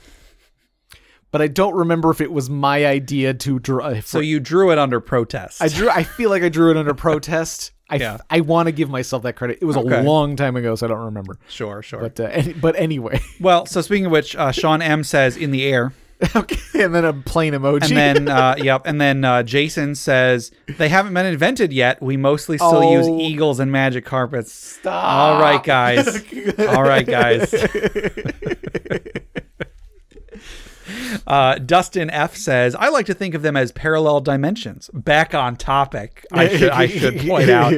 [SPEAKER 2] But I don't remember if it was my idea to draw.
[SPEAKER 1] So you drew it under protest.
[SPEAKER 2] I drew I feel like I drew it under protest. I
[SPEAKER 1] Yeah.
[SPEAKER 2] I want to give myself that credit. It was
[SPEAKER 1] Okay.
[SPEAKER 2] a long time ago, so I don't remember.
[SPEAKER 1] sure, sure.
[SPEAKER 2] But uh, any, but anyway.
[SPEAKER 1] Well, so speaking of which, uh, Sean M says in the air,
[SPEAKER 2] okay. And then a plain emoji.
[SPEAKER 1] and then uh, yep, and then uh, Jason says they haven't been invented yet. We mostly still
[SPEAKER 2] Oh.
[SPEAKER 1] use eagles and magic carpets. Stop. All right, guys. All right, guys. Uh, Dustin F says, I like to think of them as parallel dimensions. Back on topic, I should, I should point out.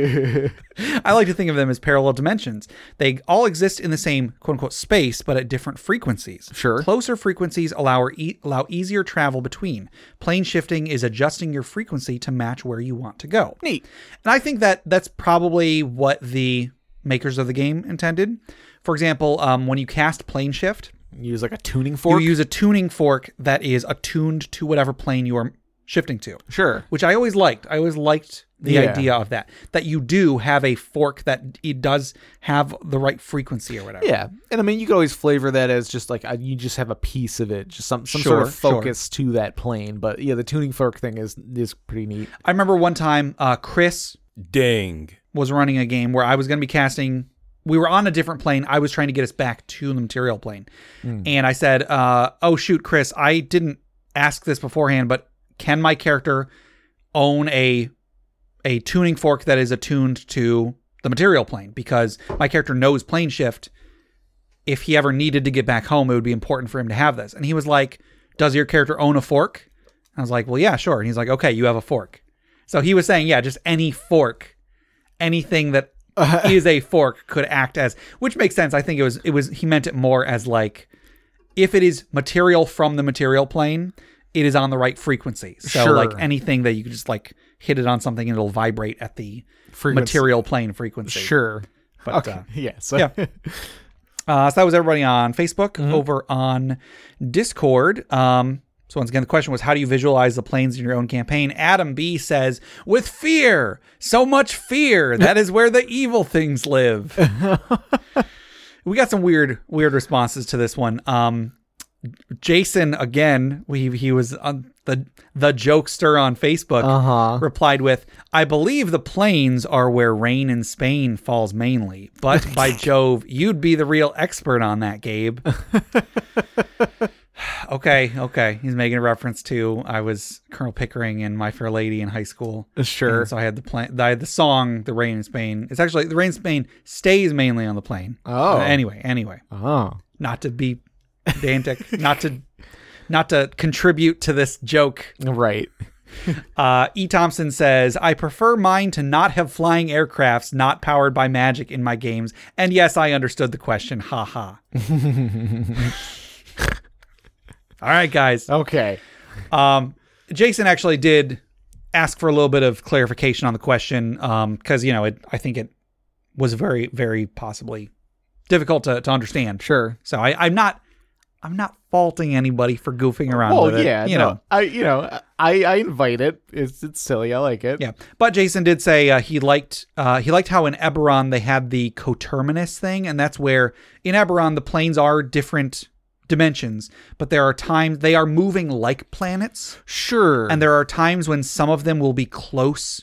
[SPEAKER 1] I like to think of them as parallel dimensions. They all exist in the same quote unquote space, but at different frequencies.
[SPEAKER 2] Sure.
[SPEAKER 1] Closer frequencies allow, e- allow easier travel between. Plane shifting is adjusting your frequency to match where you want to go.
[SPEAKER 2] Neat.
[SPEAKER 1] And I think that that's probably what the makers of the game intended. For example, um, when you cast plane shift,
[SPEAKER 2] Use like a tuning fork.
[SPEAKER 1] you use a tuning fork that is attuned to whatever plane you are shifting to,
[SPEAKER 2] sure.
[SPEAKER 1] which I always liked. I always liked the
[SPEAKER 2] Yeah.
[SPEAKER 1] idea of that, that you do have a fork that it does have the right frequency or whatever.
[SPEAKER 2] Yeah, and I mean you could always flavor that as just like uh, you just have a piece of it, just some some sort of
[SPEAKER 1] Sure, sure.
[SPEAKER 2] focus to that plane. But yeah, the tuning fork thing is is pretty neat.
[SPEAKER 1] I remember one time uh, Chris
[SPEAKER 4] Dang.
[SPEAKER 1] was running a game where I was going to be casting. We were on a different plane. I was trying to get us back to the material plane. And I said, uh, Oh, shoot, Chris, I didn't ask this beforehand, but can my character own a a tuning fork that is attuned to the material plane? Because my character knows plane shift. If he ever needed to get back home, it would be important for him to have this. And he was like, Does your character own a fork? I was like, Well, yeah, sure. And he's like, Okay, you have a fork. So he was saying, Yeah, just any fork anything that is a fork could act as which makes sense i think it was it was he meant it more as like if it is material from the material plane it is on the right frequency so
[SPEAKER 2] Sure.
[SPEAKER 1] like anything that you could just like hit it on something and it'll vibrate at the
[SPEAKER 2] Frequency.
[SPEAKER 1] material plane frequency
[SPEAKER 2] Sure.
[SPEAKER 1] But,
[SPEAKER 2] okay.
[SPEAKER 1] uh,
[SPEAKER 2] yeah. So
[SPEAKER 1] yeah. uh, so that was everybody on facebook
[SPEAKER 2] Mm-hmm.
[SPEAKER 1] over on discord um so once again the question was how do you visualize the planes in your own campaign adam b says with fear so much fear that is where the evil things live we got some weird weird responses to this one um jason again we he was on the the jokester on facebook
[SPEAKER 2] Uh-huh.
[SPEAKER 1] replied with i believe the plains are where rain in spain falls mainly but by jove you'd be the real expert on that gabe okay okay he's making a reference to i was colonel pickering and my fair lady in high school
[SPEAKER 2] Sure.
[SPEAKER 1] And so i had the plan i had the song the rain in spain it's actually the rain in spain stays mainly on the plane
[SPEAKER 2] Oh.
[SPEAKER 1] Uh, anyway anyway
[SPEAKER 2] oh.
[SPEAKER 1] not to be pedantic, not to not to contribute to this joke.
[SPEAKER 2] Right.
[SPEAKER 1] Uh, e. Thompson says, "I prefer mine to not have flying aircrafts not powered by magic in my games." And yes, I understood the question. Ha ha. All right, guys.
[SPEAKER 2] Okay.
[SPEAKER 1] Um, Jason actually did ask for a little bit of clarification on the question because you know it, I think it was very, very possibly difficult to, to understand.
[SPEAKER 2] Sure.
[SPEAKER 1] So I, I'm not I'm not faulting anybody for goofing around.
[SPEAKER 2] Well,
[SPEAKER 1] with it,
[SPEAKER 2] yeah.
[SPEAKER 1] you
[SPEAKER 2] no,
[SPEAKER 1] know.
[SPEAKER 2] I you know I I invite it. It's it's silly. I like it.
[SPEAKER 1] Yeah, but Jason did say uh, he liked uh, he liked how in Eberron they had the coterminous thing, and that's where in Eberron the planes are different dimensions, but there are times they are moving like planets,
[SPEAKER 2] Sure.
[SPEAKER 1] and there are times when some of them will be close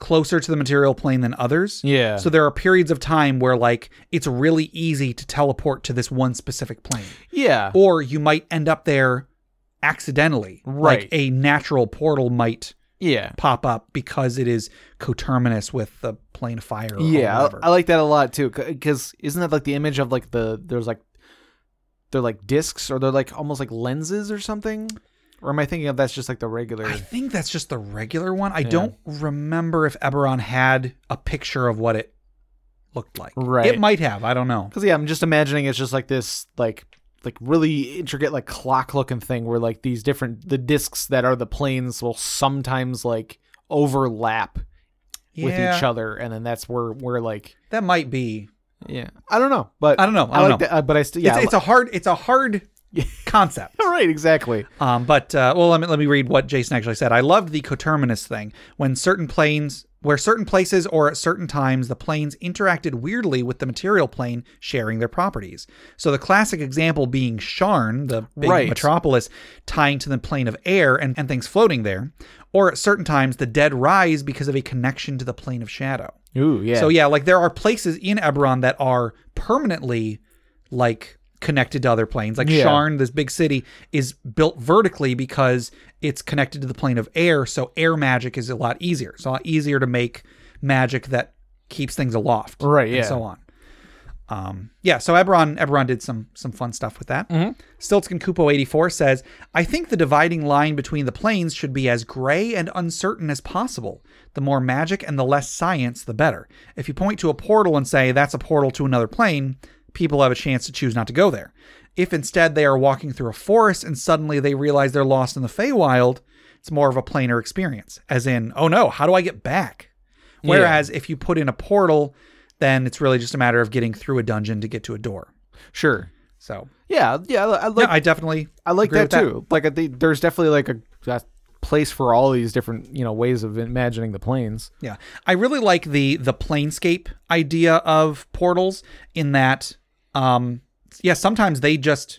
[SPEAKER 1] closer to the material plane than others.
[SPEAKER 2] yeah.
[SPEAKER 1] So there are periods of time where like it's really easy to teleport to this one specific plane.
[SPEAKER 2] yeah.
[SPEAKER 1] or you might end up there accidentally.
[SPEAKER 2] Right.
[SPEAKER 1] Like a natural portal might
[SPEAKER 2] yeah.
[SPEAKER 1] pop up because it is coterminous with the plane of fire. Or
[SPEAKER 2] yeah
[SPEAKER 1] whatever.
[SPEAKER 2] I, I like that a lot too because isn't that like the image of like the there's like they're like discs or they're like almost like lenses or something or am i thinking of that's just like the regular
[SPEAKER 1] I think that's just the regular one. I don't remember if Eberron had a picture of what it looked like.
[SPEAKER 2] Right.
[SPEAKER 1] It might have. I don't know.
[SPEAKER 2] because yeah i'm just imagining it's just like this like like really intricate like clock looking thing where like these different the discs that are the planes will sometimes like overlap with
[SPEAKER 1] Yeah,
[SPEAKER 2] each other and then that's where where like
[SPEAKER 1] That might be.
[SPEAKER 2] yeah i don't know but
[SPEAKER 1] I don't know. I
[SPEAKER 2] i,
[SPEAKER 1] don't
[SPEAKER 2] like
[SPEAKER 1] know.
[SPEAKER 2] that uh, but i still yeah
[SPEAKER 1] it's, it's a hard. It's a hard concept.
[SPEAKER 2] all right exactly
[SPEAKER 1] Um, but uh, well, let me let me read what Jason actually said. I loved the coterminous thing when certain planes, where certain places or at certain times, the planes interacted weirdly with the material plane, sharing their properties. So the classic example being Sharn, the big
[SPEAKER 2] Right.
[SPEAKER 1] metropolis, tying to the plane of air and, and things floating there, or at certain times, the dead rise because of a connection to the plane of shadow.
[SPEAKER 2] ooh yeah
[SPEAKER 1] So yeah, like there are places in Eberron that are permanently like connected to other planes. Like
[SPEAKER 2] Yeah.
[SPEAKER 1] Sharn, this big city, is built vertically because it's connected to the plane of air, so air magic is a lot easier. It's a lot easier to make magic that keeps things aloft.
[SPEAKER 2] Right,
[SPEAKER 1] And
[SPEAKER 2] yeah.
[SPEAKER 1] so on. Um, yeah, so Eberron Eberron did some some fun stuff with that.
[SPEAKER 2] Mm-hmm.
[SPEAKER 1] Stiltskin Kupo eighty four says, "I think the dividing line between the planes should be as gray and uncertain as possible. The more magic and the less science, the better. If you point to a portal and say that's a portal to another plane, people have a chance to choose not to go there. If instead they are walking through a forest and suddenly they realize they're lost in the Feywild, it's more of a planar experience. As in, oh no, how do I get back? Whereas if you put in a portal, then it's really just a matter of getting through a dungeon to get to a door.
[SPEAKER 2] Sure.
[SPEAKER 1] So
[SPEAKER 2] Yeah, yeah. I, I like
[SPEAKER 1] no, I definitely
[SPEAKER 2] I like
[SPEAKER 1] agree
[SPEAKER 2] that
[SPEAKER 1] with that.
[SPEAKER 2] too. Like I think there's definitely like a, a place for all these different you know ways of imagining the planes.
[SPEAKER 1] yeah. I really like the the planescape idea of portals in that um yeah, sometimes they just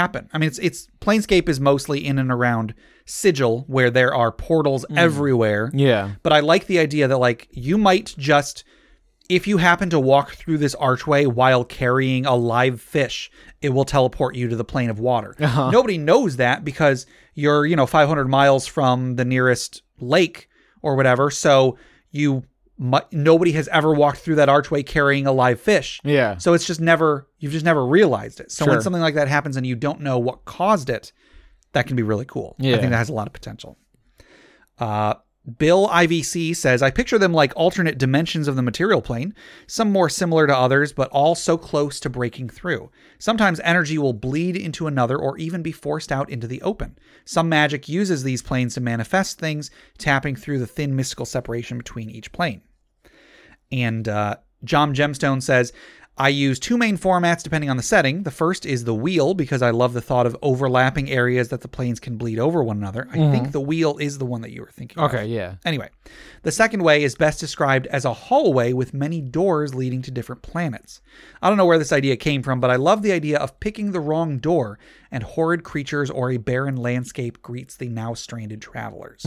[SPEAKER 1] happen. I mean it's it's planescape is mostly in and around sigil where there are portals everywhere.
[SPEAKER 2] Mm. Yeah.
[SPEAKER 1] But I like the idea that like you might just if you happen to walk through this archway while carrying a live fish, it will teleport you to the plane of water.
[SPEAKER 2] Uh-huh.
[SPEAKER 1] Nobody knows that because you're, you know, 500 miles from the nearest lake or whatever. So you mu- nobody has ever walked through that archway carrying a live fish.
[SPEAKER 2] Yeah.
[SPEAKER 1] So it's just never you've just never realized it. So when
[SPEAKER 2] Sure.
[SPEAKER 1] something like that happens and you don't know what caused it, that can be really cool. I
[SPEAKER 2] Yeah.
[SPEAKER 1] think that has a lot of potential. Uh, Bill IVC says, I picture them like alternate dimensions of the material plane, some more similar to others, but all so close to breaking through. Sometimes energy will bleed into another or even be forced out into the open. Some magic uses these planes to manifest things, tapping through the thin mystical separation between each plane. And uh, John Gemstone says, I use two main formats depending on the setting. The first is the wheel because I love the thought of overlapping areas that the planes can bleed over one another. I think the wheel is the one that you were thinking. of.
[SPEAKER 2] Okay. Yeah.
[SPEAKER 1] Anyway, the second way is best described as a hallway with many doors leading to different planets. I don't know where this idea came from, but I love the idea of picking the wrong door and horrid creatures or a barren landscape greets the now stranded travelers.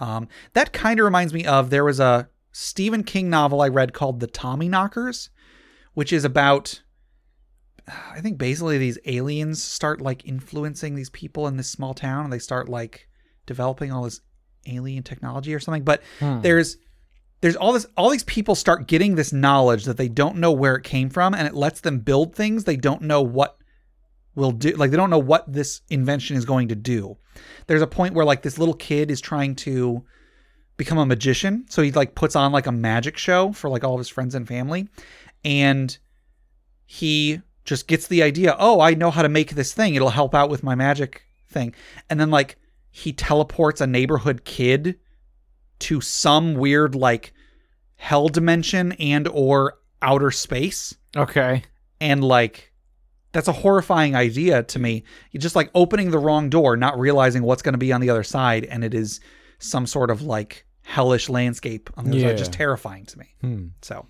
[SPEAKER 1] Um, that kind of reminds me of there was a Stephen King novel I read called The Tommy Knockers, which is about I think basically these aliens start like influencing these people in this small town and they start like developing all this alien technology or something. But
[SPEAKER 2] Hmm.
[SPEAKER 1] there's there's all this all these people start getting this knowledge that they don't know where it came from and it lets them build things they don't know what will do like they don't know what this invention is going to do. There's a point where like this little kid is trying to become a magician, so he like puts on like a magic show for like all of his friends and family and he just gets the idea oh i know how to make this thing it'll help out with my magic thing and then like he teleports a neighborhood kid to some weird like hell dimension and or outer space
[SPEAKER 2] Okay.
[SPEAKER 1] and like that's a horrifying idea to me you just like opening the wrong door not realizing what's going to be on the other side and it is some sort of like hellish landscape on the other
[SPEAKER 2] Yeah.
[SPEAKER 1] side just terrifying to me
[SPEAKER 2] Hmm.
[SPEAKER 1] so,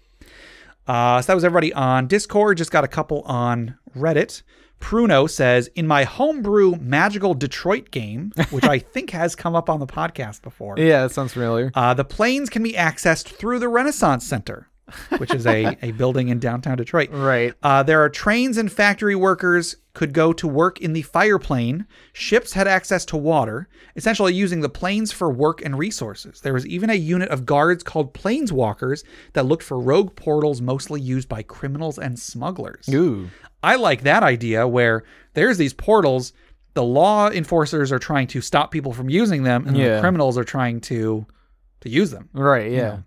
[SPEAKER 1] uh, so that was everybody on Discord. Just got a couple on Reddit. Pruno says, in my homebrew magical Detroit game, which I think has come up on the podcast before,
[SPEAKER 2] Yeah, that sounds familiar.
[SPEAKER 1] uh, the planes can be accessed through the Renaissance Center, which is a, a building in downtown Detroit.
[SPEAKER 2] Right.
[SPEAKER 1] Uh, there are trains and factory workers could go to work in the fire plane. Ships had access to water, essentially using the planes for work and resources. There was even a unit of guards called planeswalkers that looked for rogue portals mostly used by criminals and smugglers.
[SPEAKER 2] Ooh.
[SPEAKER 1] I like that idea where there's these portals. The law enforcers are trying to stop people from using them, and the
[SPEAKER 2] Yeah.
[SPEAKER 1] criminals are trying to to use them.
[SPEAKER 2] Right. Yeah.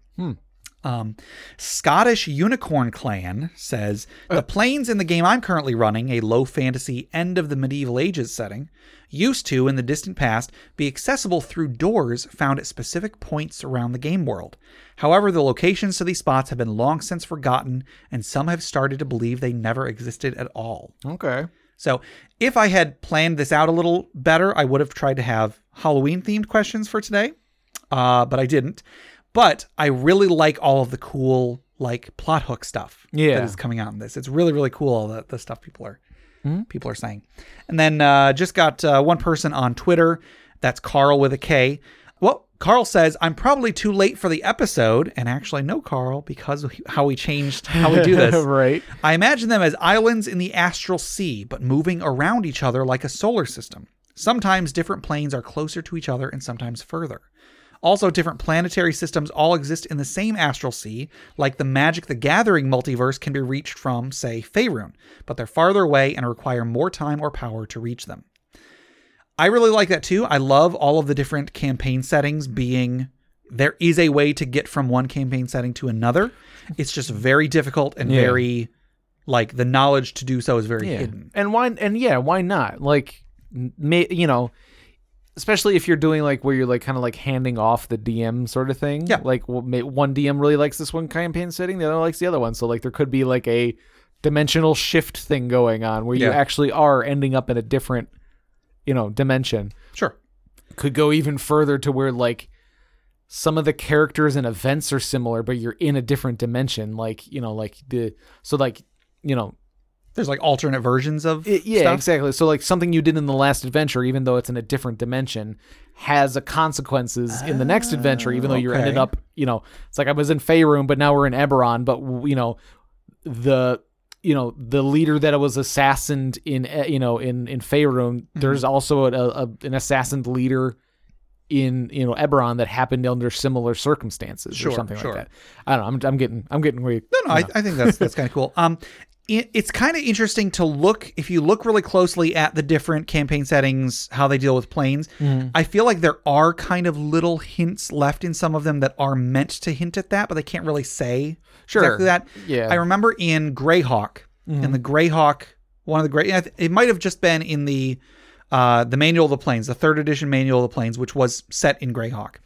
[SPEAKER 1] Um, Scottish Unicorn Clan says the planes in the game I'm currently running, a low fantasy end of the medieval ages setting, used to in the distant past be accessible through doors found at specific points around the game world. However, the locations to these spots have been long since forgotten, and some have started to believe they never existed at all.
[SPEAKER 2] Okay.
[SPEAKER 1] So, if I had planned this out a little better, I would have tried to have Halloween themed questions for today, uh, but I didn't. But I really like all of the cool like plot hook stuff that
[SPEAKER 2] Yeah.
[SPEAKER 1] is coming out in this. It's really really cool all the, the stuff people are
[SPEAKER 2] Mm-hmm.
[SPEAKER 1] people are saying. And then uh, just got uh, one person on Twitter. That's Carl with a K. Well, Carl says I'm probably too late for the episode, and actually no, Carl, because of how we changed how we do this.
[SPEAKER 2] right.
[SPEAKER 1] I imagine them as islands in the astral sea, but moving around each other like a solar system. Sometimes different planes are closer to each other and sometimes further. Also, different planetary systems all exist in the same astral sea, like the Magic the Gathering multiverse can be reached from, say, Faerun, but they're farther away and require more time or power to reach them. I really like that too. I love all of the different campaign settings being there is a way to get from one campaign setting to another. It's just very difficult and
[SPEAKER 2] Yeah.
[SPEAKER 1] very like the knowledge to do so is very
[SPEAKER 2] yeah.
[SPEAKER 1] hidden.
[SPEAKER 2] And why? And yeah, why not? Like, m- may, you know, especially if you're doing like where you're like kind of like handing off the DM sort of thing.
[SPEAKER 1] Yeah.
[SPEAKER 2] Like, well, may, one DM really likes this one campaign setting, the other likes the other one. So like, there could be like a dimensional shift thing going on where you
[SPEAKER 1] Yeah.
[SPEAKER 2] actually are ending up in a different, you know, dimension.
[SPEAKER 1] Sure.
[SPEAKER 2] Could go even further to where like some of the characters and events are similar, but you're in a different dimension. Like, you know, like the so like you know
[SPEAKER 1] There's like alternate versions of
[SPEAKER 2] it- yeah,
[SPEAKER 1] stuff.
[SPEAKER 2] exactly. So like something you did in the last adventure, even though it's in a different dimension, has a consequences in the next adventure, even though you ended
[SPEAKER 1] Ah, okay.
[SPEAKER 2] up, you know, it's like I was in Faerun, but now we're in Eberron, but w- you know, the you know the leader that was assassined in eh, you know in in Faerun,
[SPEAKER 1] Mm-hmm.
[SPEAKER 2] there's also a, a, an assassined leader in you know Eberron that happened under similar circumstances
[SPEAKER 1] Sure,
[SPEAKER 2] or something
[SPEAKER 1] sure.
[SPEAKER 2] like that. I don't know. I'm, I'm getting I'm getting weird.
[SPEAKER 1] No, no, I, I think that's that's kind of cool. Um, it, it's kind of interesting to look if you look really closely at the different campaign settings, how they deal with planes.
[SPEAKER 2] Mm-hmm.
[SPEAKER 1] I feel like there are kind of little hints left in some of them that are meant to hint at that, but they can't really say
[SPEAKER 2] Sure.
[SPEAKER 1] exactly that.
[SPEAKER 2] Yeah.
[SPEAKER 1] I remember in Greyhawk, in the Greyhawk, one of the great, it might have just been in the uh, the manual of the planes, the third edition manual of the planes, which was set in Greyhawk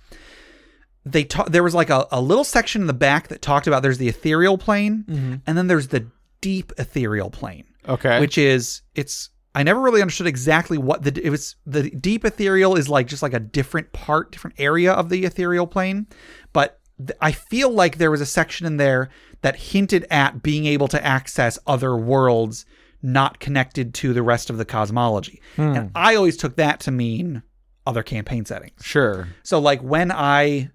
[SPEAKER 1] they ta- there was like a, a little section in the back that talked about there's the ethereal plane and then there's the deep ethereal plane
[SPEAKER 2] Okay.
[SPEAKER 1] which is it's i never really understood exactly what the it was the deep ethereal is like just like a different part different area of the ethereal plane but th- i feel like there was a section in there that hinted at being able to access other worlds not connected to the rest of the cosmology and i always took that to mean other campaign settings
[SPEAKER 2] sure.
[SPEAKER 1] so like when I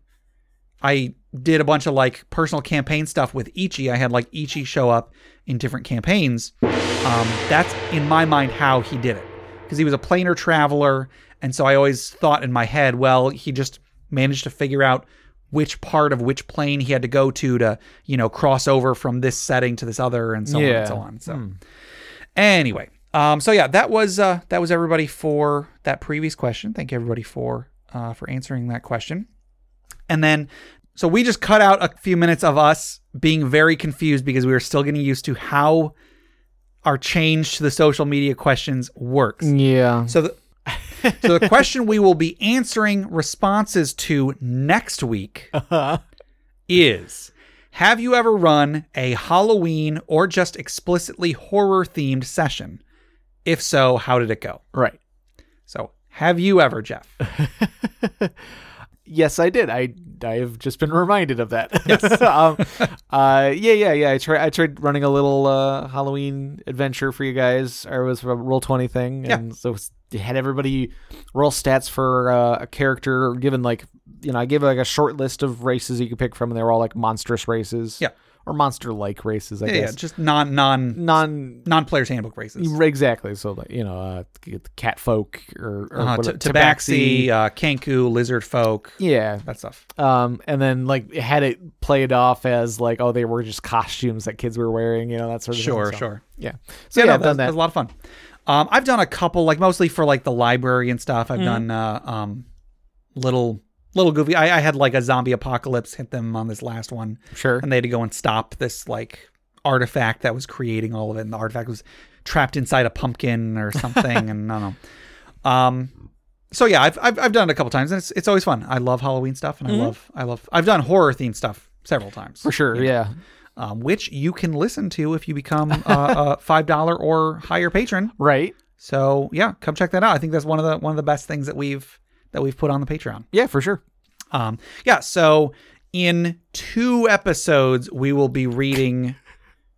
[SPEAKER 1] I did a bunch of like personal campaign stuff with Ichi, I had like Ichi show up in different campaigns. Um, that's in my mind how he did it because he was a planar traveler, and so I always thought in my head, well, he just managed to figure out which part of which plane he had to go to to you know cross over from this setting to this other and so on
[SPEAKER 2] Yeah.
[SPEAKER 1] and so on. So anyway um so yeah that was uh that was everybody for that previous question thank you everybody for uh for answering that question and then so we just cut out a few minutes of us being very confused because we were still getting used to how our change to the social media questions works
[SPEAKER 2] Mm. Yeah.
[SPEAKER 1] so the so the question we will be answering responses to next week is Have you ever run a Halloween or just explicitly horror themed session? If so, how did it go?
[SPEAKER 2] Right.
[SPEAKER 1] So, have you ever, Jeff?
[SPEAKER 2] Yes, I did. I I have just been reminded of that. um, uh, yeah, yeah, yeah. I tried. I tried running a little uh, Halloween adventure for you guys. I was a roll twenty thing, and so s- had everybody roll stats for uh, a character. Given like you know, I gave like a short list of races you could pick from, and they were all like monstrous races.
[SPEAKER 1] Yeah.
[SPEAKER 2] or monster like races. I
[SPEAKER 1] Yeah, yeah,
[SPEAKER 2] guess
[SPEAKER 1] just non non
[SPEAKER 2] non
[SPEAKER 1] non players handbook races.
[SPEAKER 2] exactly. So like you know, uh, cat folk or, or
[SPEAKER 1] Uh,
[SPEAKER 2] whatever-
[SPEAKER 1] t- tabaxi, uh, Kanku, lizard folk,
[SPEAKER 2] Yeah,
[SPEAKER 1] that stuff.
[SPEAKER 2] um, and then like had it played off as like oh they were just costumes that kids were wearing you know that sort of
[SPEAKER 1] Sure,
[SPEAKER 2] thing. So,
[SPEAKER 1] sure.
[SPEAKER 2] yeah so
[SPEAKER 1] So
[SPEAKER 2] yeah,
[SPEAKER 1] yeah, no,
[SPEAKER 2] I've done
[SPEAKER 1] that, was- that was
[SPEAKER 2] that
[SPEAKER 1] a lot of fun. Um, I've done a couple, like mostly for like the library and stuff. I've
[SPEAKER 2] Mm-hmm.
[SPEAKER 1] done uh, um, little little goofy. I, I had like a zombie apocalypse hit them on this last one,
[SPEAKER 2] sure
[SPEAKER 1] and they had to go and stop this like artifact that was creating all of it. And the artifact was trapped inside a pumpkin or something, and I don't know. Um, so yeah, I've, I've I've done it a couple times, and it's it's always fun. I love Halloween stuff, and I love I love I've done horror themed stuff several times
[SPEAKER 2] Mm-hmm. for sure yeah
[SPEAKER 1] um, which you can listen to if you become uh, a five dollar or higher patron.
[SPEAKER 2] right
[SPEAKER 1] So yeah, come check that out. I think that's one of the one of the best things that we've that we've put on the Patreon.
[SPEAKER 2] yeah for sure
[SPEAKER 1] Um, yeah, so in two episodes we will be reading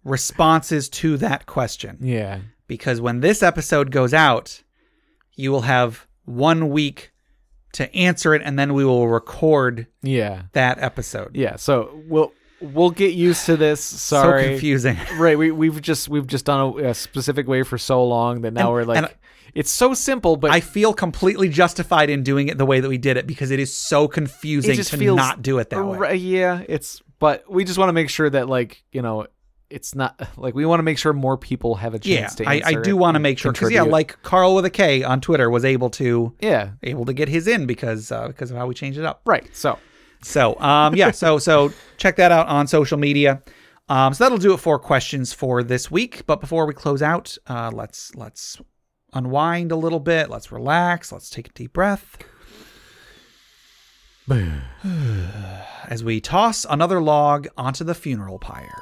[SPEAKER 1] responses to that question
[SPEAKER 2] yeah
[SPEAKER 1] because when this episode goes out, you will have one week to answer it, and then we will record
[SPEAKER 2] yeah
[SPEAKER 1] that episode.
[SPEAKER 2] yeah so we'll we'll get used to this. Sorry.
[SPEAKER 1] So confusing.
[SPEAKER 2] Right, we we've just we've just done a, a specific way for so long that now we're like
[SPEAKER 1] and I-
[SPEAKER 2] it's so simple, but
[SPEAKER 1] I feel completely justified in doing it the way that we did it because it is so confusing
[SPEAKER 2] it just
[SPEAKER 1] to
[SPEAKER 2] feels
[SPEAKER 1] not do it that way.
[SPEAKER 2] Right, yeah, it's but we just want to make sure that like you know it's not like we want to make sure more people have a
[SPEAKER 1] Yeah,
[SPEAKER 2] chance to.
[SPEAKER 1] I, I
[SPEAKER 2] answer
[SPEAKER 1] do
[SPEAKER 2] it
[SPEAKER 1] want to
[SPEAKER 2] and
[SPEAKER 1] make sure because yeah,
[SPEAKER 2] contribute.
[SPEAKER 1] like Carl with a K on Twitter was able to
[SPEAKER 2] yeah,
[SPEAKER 1] able to get his in because uh, because of how we changed it up.
[SPEAKER 2] right. So
[SPEAKER 1] So, um, yeah, so so check that out on social media. Um, so that'll do it for questions for this week. But before we close out, uh, let's let's unwind a little bit. Let's relax. Let's take a deep breath as we toss another log onto the funeral pyre.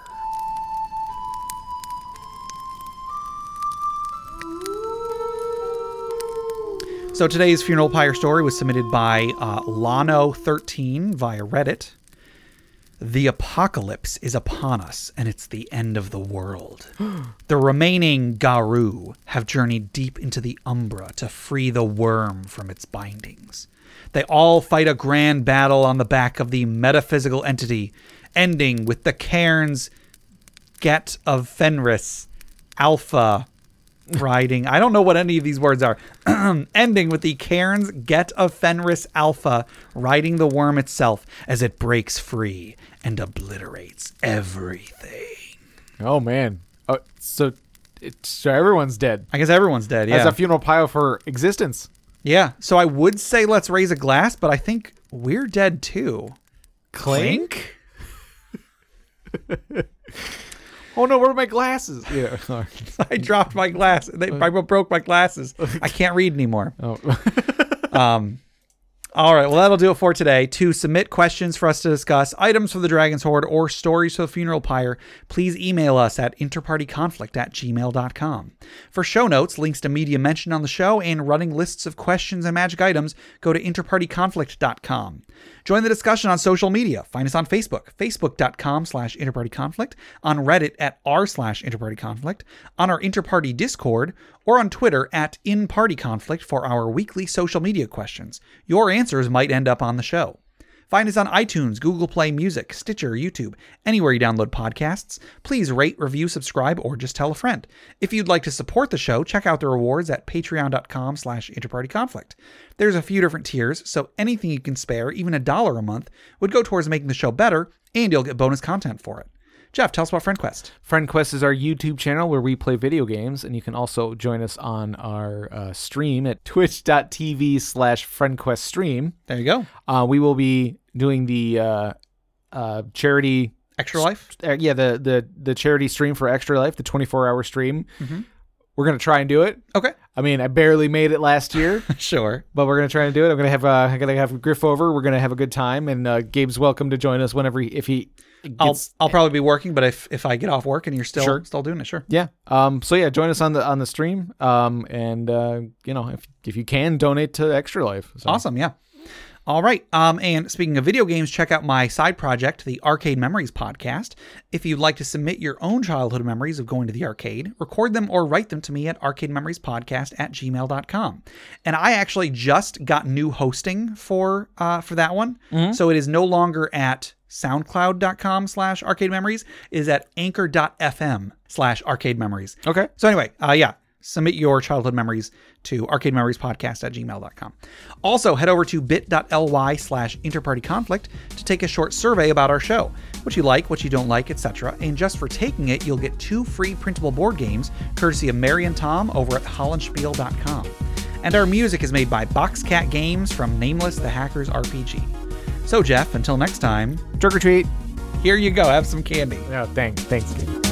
[SPEAKER 1] So today's funeral pyre story was submitted by uh, Lano13 via Reddit. The apocalypse is upon us, and it's the end of the world. the remaining Garu have journeyed deep into the Umbra to free the worm from its bindings. They all fight a grand battle on the back of the metaphysical entity, ending with the Cairns Get of Fenris Alpha riding. I don't know what any of these words are. Ending with the Cairns Get of Fenris Alpha riding the worm itself as it breaks free and obliterates everything.
[SPEAKER 2] oh man, oh, so it's, so everyone's dead.
[SPEAKER 1] I guess everyone's dead. Yeah.
[SPEAKER 2] That's a funeral pyre for existence.
[SPEAKER 1] yeah. So I would say let's raise a glass, but I think we're dead too. Clink?
[SPEAKER 2] Oh no, where are my glasses? Yeah. sorry.
[SPEAKER 1] I dropped my glass. They, I broke my glasses. I can't read anymore.
[SPEAKER 2] Oh.
[SPEAKER 1] All right, well, that'll do it for today. To submit questions for us to discuss, items for the Dragon's Horde, or stories for the Funeral Pyre, please email us at interpartyconflict at gmail.com. For show notes, links to media mentioned on the show, and running lists of questions and magic items, go to interpartyconflict.com. Join the discussion on social media. Find us on Facebook, facebook.com slash interpartyconflict, on Reddit at r slash interpartyconflict, on our interparty Discord, or on Twitter at InPartyConflict for our weekly social media questions. Your answers might end up on the show. Find us on iTunes, Google Play Music, Stitcher, YouTube, anywhere you download podcasts. Please rate, review, subscribe, or just tell a friend. If you'd like to support the show, check out the rewards at patreon.com slash interpartyconflict. There's a few different tiers, so anything you can spare, even a dollar a month, would go towards making the show better, and you'll get bonus content for it. Jeff, tell us about FriendQuest.
[SPEAKER 2] Friend Quest is our YouTube channel where we play video games, and you can also join us on our uh, stream at twitch.tv slash friendqueststream.
[SPEAKER 1] There you go.
[SPEAKER 2] Uh, we will be doing the uh, uh, charity,
[SPEAKER 1] Extra life.
[SPEAKER 2] uh, yeah, the, the the charity stream for Extra Life, the 24 hour stream. We're gonna try and do it.
[SPEAKER 1] Okay.
[SPEAKER 2] I mean, I barely made it last year,
[SPEAKER 1] Sure.
[SPEAKER 2] but we're gonna try and do it. I'm gonna have uh, I'm gonna have Griff over. We're gonna have a good time, and uh, Gabe's welcome to join us whenever he, if he
[SPEAKER 1] I'll
[SPEAKER 2] gets
[SPEAKER 1] I'll probably be working, but if if I get off work and you're still
[SPEAKER 2] Sure.
[SPEAKER 1] still doing it, sure.
[SPEAKER 2] Yeah. Um. So yeah, join us on the on the stream. Um. And uh, you know, if if you can donate to Extra Life. So.
[SPEAKER 1] Awesome, yeah. All right. Um, and speaking of video games, check out my side project, the Arcade Memories podcast. If you'd like to submit your own childhood memories of going to the arcade, record them or write them to me at arcademoriespodcast at gmail.com. And I actually just got new hosting for uh, for that one.
[SPEAKER 2] Mm-hmm.
[SPEAKER 1] So it is no longer at soundcloud.com slash arcade memories, it is at anchor.fm slash arcade memories.
[SPEAKER 2] Okay.
[SPEAKER 1] So anyway, uh, yeah, submit your childhood memories to arcademoriespodcast at gmail.com. Also, head over to bit.ly slash interpartyconflict to take a short survey about our show, what you like, what you don't like, etc. And just for taking it, you'll get two free printable board games courtesy of Mary and Tom over at hollandspiel.com. And our music is made by Boxcat Games from Nameless the Hackers RPG. So, Jeff, until next time,
[SPEAKER 2] Trick or treat.
[SPEAKER 1] here you go. Have some candy.
[SPEAKER 2] Yeah. Oh, Thanks. Thanks. Gabe.